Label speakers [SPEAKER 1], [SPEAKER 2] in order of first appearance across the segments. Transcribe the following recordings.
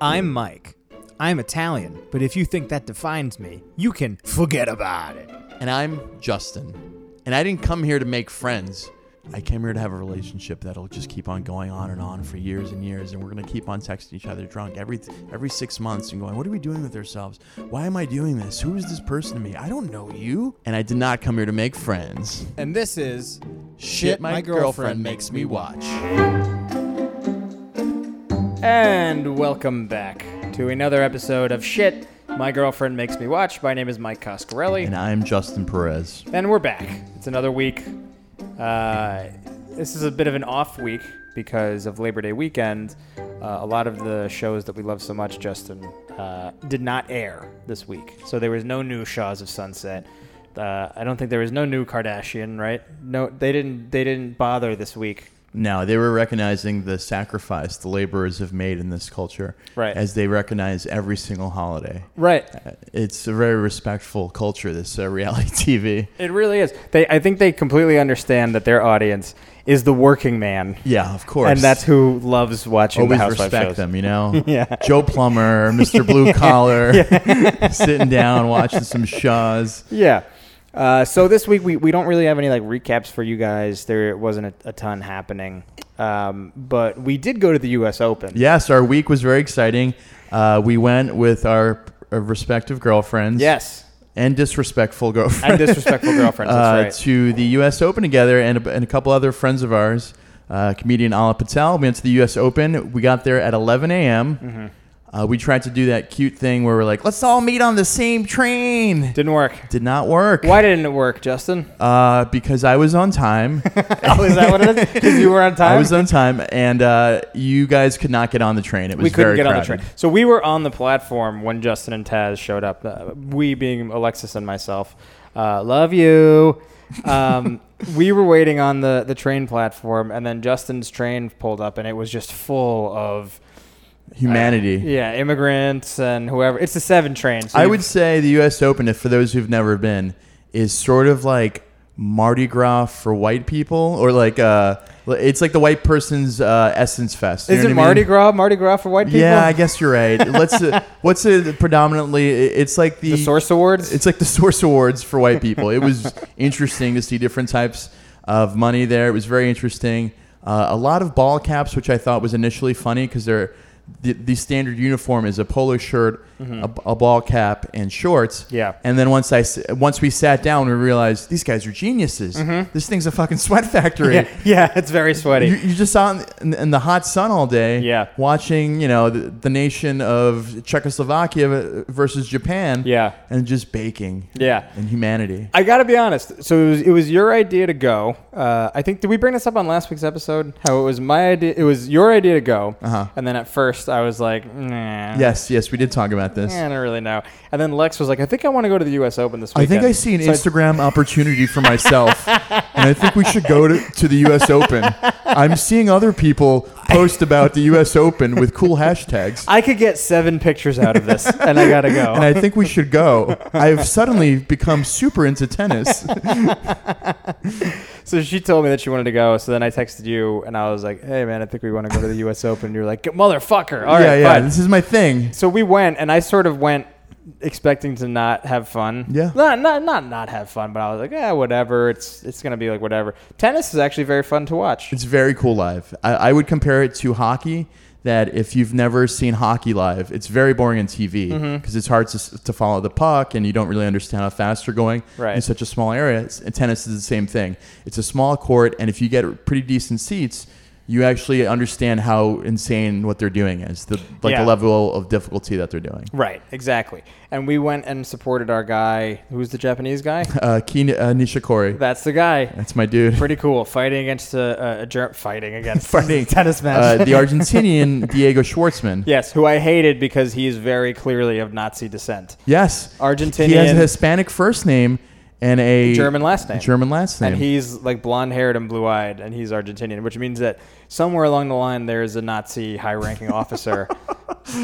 [SPEAKER 1] I'm Mike. I'm Italian, but if you think that defines me, you can forget about it.
[SPEAKER 2] And I'm Justin. And I didn't come here to make friends. I came here to have a relationship that'll just keep on going on and on for years and years, and we're gonna keep on texting each other drunk every every six months and going, "What are we doing with ourselves? Why am I doing this? Who is this person to me? I don't know you." And I did not come here to make friends.
[SPEAKER 1] And this is
[SPEAKER 2] Shit, my, girlfriend makes me watch.
[SPEAKER 1] And welcome back to another episode of Shit, My Girlfriend Makes Me Watch. My name is Mike Coscarelli,
[SPEAKER 2] And I'm Justin Perez.
[SPEAKER 1] and we're back. It's another week. Uh, this is a bit of an off week because of Labor Day weekend. Uh, a lot of the shows that we love so much, Justin, uh, did not air this week. So there was no new Shaws of Sunset. Uh, I don't think there was no new Kardashian, right? No, they didn't. They didn't bother this week.
[SPEAKER 2] No, they were recognizing the sacrifice the laborers have made in this culture,
[SPEAKER 1] Right.
[SPEAKER 2] As they recognize every single holiday.
[SPEAKER 1] Right.
[SPEAKER 2] It's a very respectful culture. This uh, reality TV.
[SPEAKER 1] It really is. They, I think they completely understand that their audience is the working man,
[SPEAKER 2] Yeah, of course.
[SPEAKER 1] and that's who loves watching
[SPEAKER 2] always
[SPEAKER 1] the housewife
[SPEAKER 2] respect
[SPEAKER 1] shows.
[SPEAKER 2] them, you know.
[SPEAKER 1] Yeah.
[SPEAKER 2] Joe Plumber, Mr. Blue Collar, sitting down watching some Shaws.
[SPEAKER 1] Yeah. Uh, so this week we, we don't really have any like recaps for you guys. There wasn't a, a ton happening, um, but we did go to the U.S. Open.
[SPEAKER 2] Yes, our week was very exciting. Uh, we went with our, our respective girlfriends.
[SPEAKER 1] Yes.
[SPEAKER 2] and disrespectful
[SPEAKER 1] And
[SPEAKER 2] girlfriends.
[SPEAKER 1] disrespectful girlfriends.
[SPEAKER 2] uh,
[SPEAKER 1] That's right.
[SPEAKER 2] to the U.S. Open together, and a, and a couple other friends of ours, uh, comedian Ala Patel. We went to the U.S. Open. We got there at 11 a.m.
[SPEAKER 1] Mm-hmm.
[SPEAKER 2] Uh, we tried to do that cute thing where we're like, "Let's all meet on the same train."
[SPEAKER 1] Didn't work.
[SPEAKER 2] Did not work.
[SPEAKER 1] Why didn't it work, Justin?
[SPEAKER 2] Uh, because I was on time.
[SPEAKER 1] Oh, is that what it is? Because you were on time.
[SPEAKER 2] I was on time, and uh, you guys could not get on the train. It was
[SPEAKER 1] we couldn't
[SPEAKER 2] very
[SPEAKER 1] get on the
[SPEAKER 2] crowded.
[SPEAKER 1] train. So we were on the platform when Justin and Taz showed up. Uh, we being Alexis and myself. Uh, love you. Um, we were waiting on the, the train platform, and then Justin's train pulled up, and it was just full of uh,
[SPEAKER 2] Humanity.
[SPEAKER 1] yeah immigrants and whoever. It's the seven train. So
[SPEAKER 2] I
[SPEAKER 1] you-
[SPEAKER 2] would say the U.S. Open, if for those who've never been, is sort of like Mardi Gras for white people, or like uh, it's like the white person's uh, essence fest. You
[SPEAKER 1] Is
[SPEAKER 2] know
[SPEAKER 1] it
[SPEAKER 2] what I mean?
[SPEAKER 1] Mardi Gras? Mardi Gras for white people?
[SPEAKER 2] Yeah, I guess you're right. Let's. Uh, what's it predominantly? i- It's like the,
[SPEAKER 1] the Source Awards.
[SPEAKER 2] It's like the Source Awards for white people. It was interesting to see different types of money there. It was very interesting. Uh, a lot of ball caps, which I thought was initially funny because they're the, the standard uniform is a polo shirt, a, a ball cap, and shorts.
[SPEAKER 1] Mm-hmm. Yeah.
[SPEAKER 2] And then once I s- once we sat down, we realized these guys are geniuses. This thing's a fucking sweat factory.
[SPEAKER 1] Mm-hmm. yeah, yeah, it's very sweaty.
[SPEAKER 2] You, you just out in, in the hot sun all day,
[SPEAKER 1] Yeah.
[SPEAKER 2] watching you know the, the nation of Czechoslovakia versus Japan,
[SPEAKER 1] Yeah.
[SPEAKER 2] and just baking
[SPEAKER 1] yeah.
[SPEAKER 2] and humanity.
[SPEAKER 1] I gotta be honest. So it was, it was your idea to go. Uh, I think did we bring this up on last week's episode? How it was my idea. It was your idea to go.
[SPEAKER 2] Uh-huh.
[SPEAKER 1] And then at first I was like, nah.
[SPEAKER 2] Yes, yes, we did talk about this.
[SPEAKER 1] eh, I don't really know. And then Lex was like, I think I want to go to the U.S. Open this
[SPEAKER 2] I
[SPEAKER 1] weekend.
[SPEAKER 2] think I see an
[SPEAKER 1] So
[SPEAKER 2] Instagram opportunity for myself, and I think we should go to, to the U.S. Open. I'm seeing other people post about the U.S. Open with cool hashtags,
[SPEAKER 1] I could get seven pictures out of this, and I gotta go.
[SPEAKER 2] and I think we should go. I've suddenly become super into tennis.
[SPEAKER 1] so she told me that she wanted to go. So then I texted you, and I was like, Hey man, I think we want to go to the U.S. Open. And you're like, motherfucker. All right,
[SPEAKER 2] yeah, yeah,
[SPEAKER 1] fine.
[SPEAKER 2] this is my thing.
[SPEAKER 1] So we went, and I sort of went expecting to not have fun.
[SPEAKER 2] Yeah.
[SPEAKER 1] Not not not not have fun, but I was like, yeah, whatever. It's it's gonna be like whatever. Tennis is actually very fun to watch.
[SPEAKER 2] It's very cool live. I, I would compare it to hockey. That if you've never seen hockey live, it's very boring on TV because
[SPEAKER 1] Mm-hmm.
[SPEAKER 2] it's hard to, s- to follow the puck and you don't really understand how fast you're going
[SPEAKER 1] Right.
[SPEAKER 2] in such a small area. It's, and tennis is the same thing. It's a small court, and if you get pretty decent seats, you actually understand how insane what they're doing is, the, like
[SPEAKER 1] Yeah.
[SPEAKER 2] the level of difficulty that they're doing.
[SPEAKER 1] Right, exactly. And we went and supported our guy, who's the Japanese guy.
[SPEAKER 2] Uh, Keen, uh, Nishikori,
[SPEAKER 1] That's the guy.
[SPEAKER 2] that's my dude.
[SPEAKER 1] Pretty cool. Fighting against a, a, a germ. Fighting against
[SPEAKER 2] Fighting.
[SPEAKER 1] tennis
[SPEAKER 2] Uh,
[SPEAKER 1] match.
[SPEAKER 2] the Argentinian Diego Schwartzman.
[SPEAKER 1] yes, who I hated because he is very clearly of Nazi descent.
[SPEAKER 2] Yes.
[SPEAKER 1] Argentinian.
[SPEAKER 2] He has a Hispanic first name and a
[SPEAKER 1] German last name.
[SPEAKER 2] German last name.
[SPEAKER 1] And he's like blonde haired and blue eyed, and he's Argentinian, which means that somewhere along the line there is a Nazi high ranking officer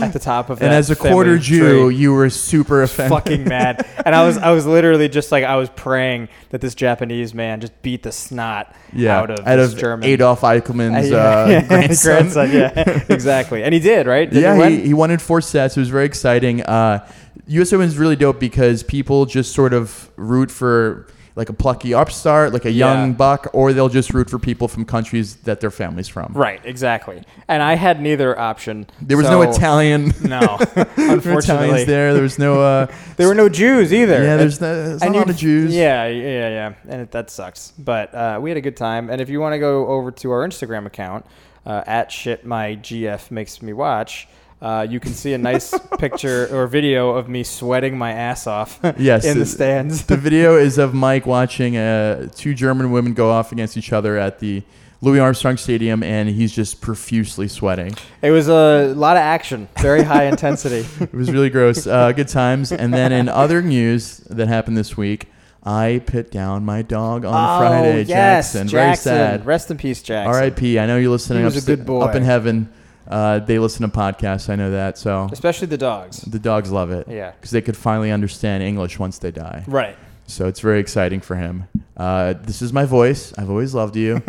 [SPEAKER 1] at the top of that.
[SPEAKER 2] and as a
[SPEAKER 1] family
[SPEAKER 2] quarter Jew,
[SPEAKER 1] tree.
[SPEAKER 2] you were super offended.
[SPEAKER 1] fucking mad. And I was I was literally just like I was praying that this Japanese man just beat the snot
[SPEAKER 2] yeah,
[SPEAKER 1] out of
[SPEAKER 2] out
[SPEAKER 1] this
[SPEAKER 2] of
[SPEAKER 1] German
[SPEAKER 2] Adolf
[SPEAKER 1] Uh,
[SPEAKER 2] Eichmann's
[SPEAKER 1] yeah,
[SPEAKER 2] uh,
[SPEAKER 1] yeah,
[SPEAKER 2] grandson.
[SPEAKER 1] grandson, Yeah, exactly. And he did right. Didn't
[SPEAKER 2] yeah,
[SPEAKER 1] win?
[SPEAKER 2] he, he won in four sets. It was very exciting. Uh, U.S. Open is really dope because people just sort of root for like a plucky upstart, like a young
[SPEAKER 1] Yeah.
[SPEAKER 2] buck, or they'll just root for people from countries that their family's from.
[SPEAKER 1] Right, exactly. And I had neither option.
[SPEAKER 2] There was no
[SPEAKER 1] so-
[SPEAKER 2] Italian.
[SPEAKER 1] No,
[SPEAKER 2] no Italians
[SPEAKER 1] unfortunately,
[SPEAKER 2] there. There was no. Uh,
[SPEAKER 1] there were no Jews either.
[SPEAKER 2] yeah, there's,
[SPEAKER 1] It-
[SPEAKER 2] no, there's
[SPEAKER 1] and
[SPEAKER 2] not a lot
[SPEAKER 1] you'd-
[SPEAKER 2] of Jews.
[SPEAKER 1] Yeah, yeah, yeah, and it, that sucks. But uh, we had a good time. And if you want to go over to our Instagram account uh, at shit my gf makes me watch. Uh, you can see a nice picture or video of me sweating my ass off
[SPEAKER 2] Yes,
[SPEAKER 1] in the
[SPEAKER 2] it-
[SPEAKER 1] stands.
[SPEAKER 2] The video is of Mike watching uh, two German women go off against each other at the Louis Armstrong Stadium, and he's just profusely sweating.
[SPEAKER 1] It was a lot of action, very high intensity.
[SPEAKER 2] It was really gross. Uh, good times. And then in other news that happened this week, I put down my dog on Friday.
[SPEAKER 1] Oh, yes,
[SPEAKER 2] Jackson.
[SPEAKER 1] Jackson.
[SPEAKER 2] Very sad.
[SPEAKER 1] Rest in peace, Jackson.
[SPEAKER 2] R.I.P. I know you're listening.
[SPEAKER 1] He was
[SPEAKER 2] up,
[SPEAKER 1] a good boy.
[SPEAKER 2] up in heaven. Uh, they listen to podcasts. I know that. So
[SPEAKER 1] especially the dogs.
[SPEAKER 2] the dogs love it
[SPEAKER 1] Yeah.
[SPEAKER 2] because they could finally understand English once they die.
[SPEAKER 1] Right.
[SPEAKER 2] So it's very exciting for him. Uh, this is my voice. I've always loved you,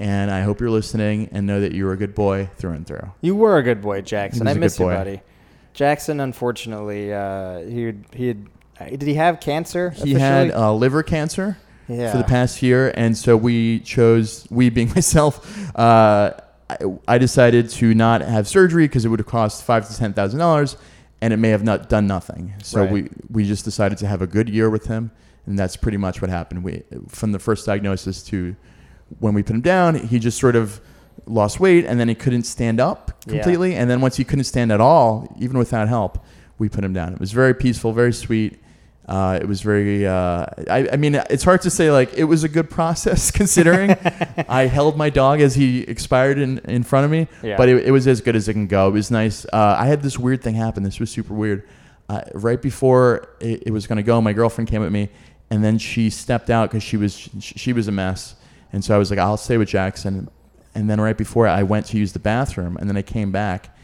[SPEAKER 2] and I hope you're listening and know that you're a good boy through and through.
[SPEAKER 1] You were a good boy, Jackson.
[SPEAKER 2] He was
[SPEAKER 1] I
[SPEAKER 2] a
[SPEAKER 1] miss
[SPEAKER 2] good
[SPEAKER 1] you,
[SPEAKER 2] boy.
[SPEAKER 1] buddy. Jackson, unfortunately, uh, he had- he had uh, did he have cancer?
[SPEAKER 2] He had
[SPEAKER 1] officially?
[SPEAKER 2] uh, liver cancer
[SPEAKER 1] yeah.
[SPEAKER 2] for the past year, and so we chose we being myself. Uh, I, I decided to not have surgery because it would have cost five to ten thousand dollars, and it may have not done nothing. So
[SPEAKER 1] Right.
[SPEAKER 2] we we just decided to have a good year with him, and that's pretty much what happened. We from the first diagnosis to when we put him down, he just sort of lost weight, and then he couldn't stand up
[SPEAKER 1] Yeah.
[SPEAKER 2] completely, and then once he couldn't stand at all, even without help, we put him down. It was very peaceful, very sweet. Uh, it was very. Uh, I, I mean, it's hard to say. Like it was a good process considering I held my dog as he expired in, in front of me.
[SPEAKER 1] Yeah.
[SPEAKER 2] But it, it was as good as it can go. It was nice. Uh, I had this weird thing happen. This was super weird. Uh, right before it, it was gonna go, my girlfriend came at me, and then she stepped out because she was she, she was a mess. And so I was like, I'll stay with Jackson. And then right before I went to use the bathroom, and then I came back.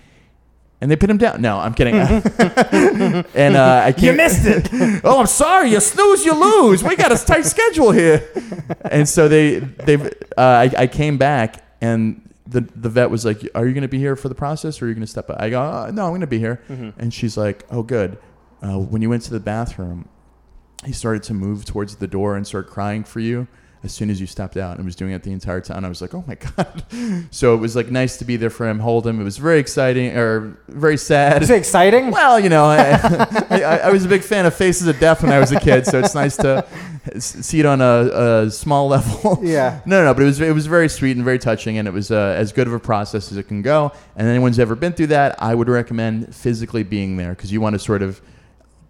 [SPEAKER 2] And they put him down. No, I'm kidding. and uh, I
[SPEAKER 1] you
[SPEAKER 2] came,
[SPEAKER 1] missed it.
[SPEAKER 2] oh, I'm sorry. You snooze, you lose. We got a tight schedule here. And so they they uh, I, I came back and the the vet was like, "Are you going to be here for the process, or are you going to step out?" I go, uh "No, I'm going to be here." And she's like, "Oh, good. Uh, when you went to the bathroom, he started to move towards the door and start crying for you." As soon as you stepped out and was doing it the entire time, I was like, "Oh my god!" So it was like nice to be there for him, hold him. It was very exciting or very sad.
[SPEAKER 1] Is it exciting?
[SPEAKER 2] Well, you know, I, I, I was a big fan of Faces of Death when I was a kid, so it's nice to s- see it on a, a small level.
[SPEAKER 1] Yeah.
[SPEAKER 2] No, no, no, but it was it was very sweet and very touching, and it was uh, as good of a process as it can go. And anyone's ever been through that, I would recommend physically being there because you want to sort of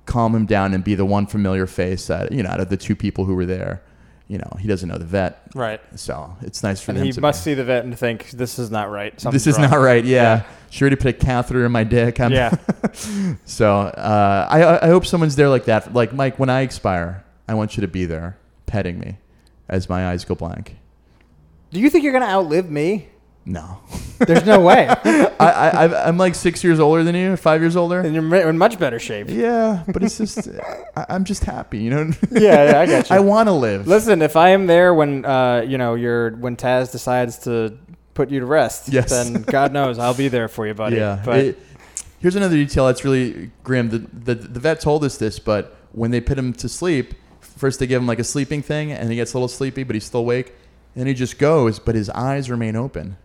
[SPEAKER 2] calm him down and be the one familiar face that you know out of the two people who were there. You know, he doesn't know the vet,
[SPEAKER 1] Right.
[SPEAKER 2] so it's nice for
[SPEAKER 1] And
[SPEAKER 2] them
[SPEAKER 1] he
[SPEAKER 2] to be-
[SPEAKER 1] must see the vet and think this is not right.
[SPEAKER 2] this is not right. Yeah. She already put a catheter in my dick. I'm,
[SPEAKER 1] Yeah.
[SPEAKER 2] So uh, I I hope someone's there like that. Like Mike, when I expire, I want you to be there petting me as my eyes go blank.
[SPEAKER 1] Do you think you're gonna outlive me?
[SPEAKER 2] No,
[SPEAKER 1] There's no way.
[SPEAKER 2] I, I I've- I'm like six years older than you, five years older.
[SPEAKER 1] and you're mi- in much better shape.
[SPEAKER 2] Yeah, but it's just I, I'm just happy, you know.
[SPEAKER 1] Yeah, yeah, I got you.
[SPEAKER 2] I want to live.
[SPEAKER 1] Listen, if I am there when uh, you know you're when Taz decides to put you to rest,
[SPEAKER 2] Yes.
[SPEAKER 1] then God knows I'll be there for you, buddy.
[SPEAKER 2] yeah.
[SPEAKER 1] But
[SPEAKER 2] It- here's another detail that's really grim. The, the the vet told us this, but when they put him to sleep, first they give him like a sleeping thing, and he gets a little sleepy, but he's still awake. And he just goes, but his eyes remain open.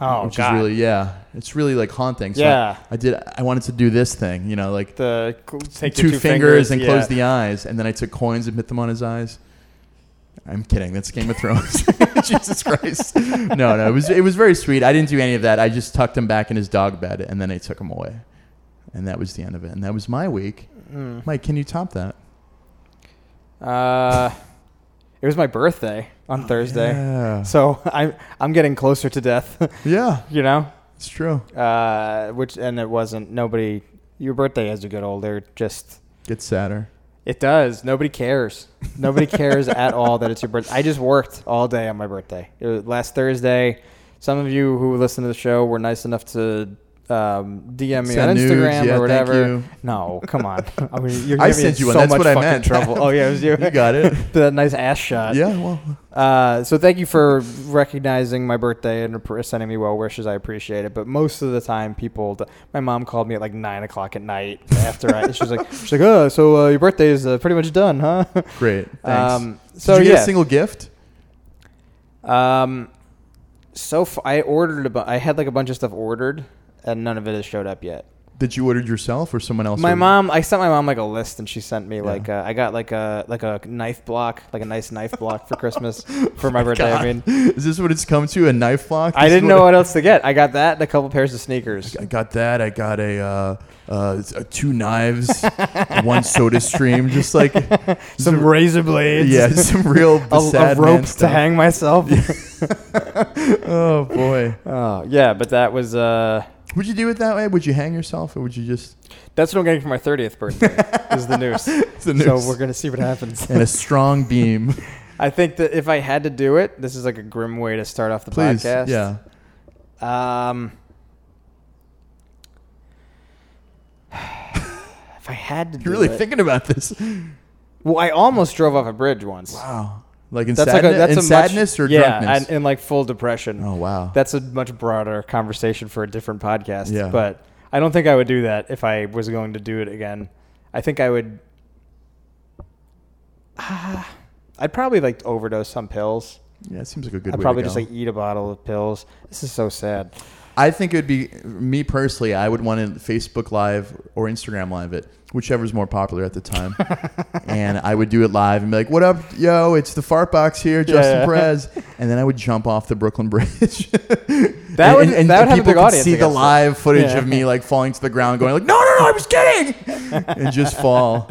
[SPEAKER 1] oh
[SPEAKER 2] which
[SPEAKER 1] God.
[SPEAKER 2] is really yeah, it's really like haunting. So
[SPEAKER 1] Yeah.
[SPEAKER 2] I, I did. I wanted to do this thing, you know, like
[SPEAKER 1] the cl- take
[SPEAKER 2] two,
[SPEAKER 1] your
[SPEAKER 2] fingers, and
[SPEAKER 1] yeah.
[SPEAKER 2] close the eyes, and then I took coins and hit them on his eyes. I'm kidding. That's Game of Thrones. Jesus Christ. No, no, it was it was very sweet. I didn't do any of that. I just tucked him back in his dog bed, and then I took him away, and that was the end of it. And that was my week.
[SPEAKER 1] Mm.
[SPEAKER 2] Mike, can you top that?
[SPEAKER 1] Uh, it was my birthday on Thursday,
[SPEAKER 2] Oh, Yeah.
[SPEAKER 1] so I'm I'm getting closer to death.
[SPEAKER 2] yeah,
[SPEAKER 1] you know,
[SPEAKER 2] it's true.
[SPEAKER 1] uh, which and it wasn't nobody. Your birthday as you get older, just
[SPEAKER 2] Gets sadder.
[SPEAKER 1] it does. Nobody cares. Nobody cares at all that it's your birthday. I just worked all day on my birthday. It was last Thursday. Some of you who listen to the show were nice enough to um, DM me
[SPEAKER 2] Send
[SPEAKER 1] on
[SPEAKER 2] nudes,
[SPEAKER 1] Instagram
[SPEAKER 2] yeah,
[SPEAKER 1] or
[SPEAKER 2] thank
[SPEAKER 1] whatever.
[SPEAKER 2] you.
[SPEAKER 1] No, come on. I mean, you're
[SPEAKER 2] I
[SPEAKER 1] gonna be
[SPEAKER 2] sent you
[SPEAKER 1] in
[SPEAKER 2] one,
[SPEAKER 1] so
[SPEAKER 2] that's
[SPEAKER 1] much
[SPEAKER 2] what I
[SPEAKER 1] fucking
[SPEAKER 2] meant.
[SPEAKER 1] trouble. Oh yeah, it was you.
[SPEAKER 2] You got it.
[SPEAKER 1] that nice ass shot.
[SPEAKER 2] yeah, well,
[SPEAKER 1] Uh, so thank you for recognizing my birthday and for sending me well wishes. I appreciate it. But most of the time, people, d- my mom called me at like nine o'clock at night after I, she's like, she's like, oh, so uh, your birthday is uh, pretty much done, huh?
[SPEAKER 2] great. Thanks.
[SPEAKER 1] Um, so
[SPEAKER 2] Did you get
[SPEAKER 1] yeah.
[SPEAKER 2] a single gift?
[SPEAKER 1] um, so f- I ordered a bu- I had like a bunch of stuff ordered, and none of it has showed up yet.
[SPEAKER 2] that you ordered yourself or someone else?
[SPEAKER 1] my
[SPEAKER 2] ordered?
[SPEAKER 1] mom, I sent my mom like a list, and she sent me like uh, I got like a like a knife block, like a nice knife block for Christmas for my birthday.
[SPEAKER 2] Oh God.
[SPEAKER 1] I mean.
[SPEAKER 2] is this what it's come to? A knife block?
[SPEAKER 1] I
[SPEAKER 2] This is
[SPEAKER 1] didn't know what else to get. I got that and a couple pairs of sneakers.
[SPEAKER 2] I got that. I got a uh, uh, s- uh, two knives, one soda stream, just like
[SPEAKER 1] some razor blades.
[SPEAKER 2] yeah, some real
[SPEAKER 1] a, a
[SPEAKER 2] sad man
[SPEAKER 1] rope to
[SPEAKER 2] stuff.
[SPEAKER 1] hang myself.
[SPEAKER 2] Oh boy,
[SPEAKER 1] oh, yeah, but that was uh,
[SPEAKER 2] would you do it that way? Would you hang yourself, or would you just
[SPEAKER 1] that's what I'm getting for my 30th birthday. is the noose.
[SPEAKER 2] the
[SPEAKER 1] So we're
[SPEAKER 2] noose
[SPEAKER 1] gonna see what happens.
[SPEAKER 2] and a strong beam?
[SPEAKER 1] I think that if I had to do it, this is like a grim way to start off the
[SPEAKER 2] Please,
[SPEAKER 1] podcast.
[SPEAKER 2] yeah.
[SPEAKER 1] Um, if I had to, do
[SPEAKER 2] You're really
[SPEAKER 1] it-
[SPEAKER 2] thinking about this.
[SPEAKER 1] Well, I almost drove off a bridge once.
[SPEAKER 2] Wow, like in
[SPEAKER 1] That's
[SPEAKER 2] sadness,
[SPEAKER 1] like a, that's
[SPEAKER 2] in
[SPEAKER 1] a
[SPEAKER 2] sadness
[SPEAKER 1] much,
[SPEAKER 2] or
[SPEAKER 1] yeah,
[SPEAKER 2] drunkenness.
[SPEAKER 1] and, and like full depression.
[SPEAKER 2] oh wow,
[SPEAKER 1] That's a much broader conversation for a different podcast.
[SPEAKER 2] Yeah.
[SPEAKER 1] But I don't think I would do that if I was going to do it again. I think I would. Ah, I'd probably like overdose on pills.
[SPEAKER 2] yeah, it seems like a good.
[SPEAKER 1] I'd
[SPEAKER 2] way
[SPEAKER 1] probably
[SPEAKER 2] to
[SPEAKER 1] just
[SPEAKER 2] go.
[SPEAKER 1] like eat a bottle of pills. This is so sad.
[SPEAKER 2] I think it would be me personally. I would want to Facebook Live or Instagram Live it, whichever's more popular at the time. and I would do it live and be like, "What up, yo? It's the Fart Box here, Justin
[SPEAKER 1] yeah.
[SPEAKER 2] Perez." And then I would jump off the Brooklyn Bridge.
[SPEAKER 1] That
[SPEAKER 2] and,
[SPEAKER 1] would-
[SPEAKER 2] and, and
[SPEAKER 1] that would have a
[SPEAKER 2] people
[SPEAKER 1] big
[SPEAKER 2] could
[SPEAKER 1] audience
[SPEAKER 2] see the
[SPEAKER 1] against it.
[SPEAKER 2] live footage
[SPEAKER 1] Yeah.
[SPEAKER 2] of me like falling to the ground, going like, "No, no, no! I was kidding!" and just fall.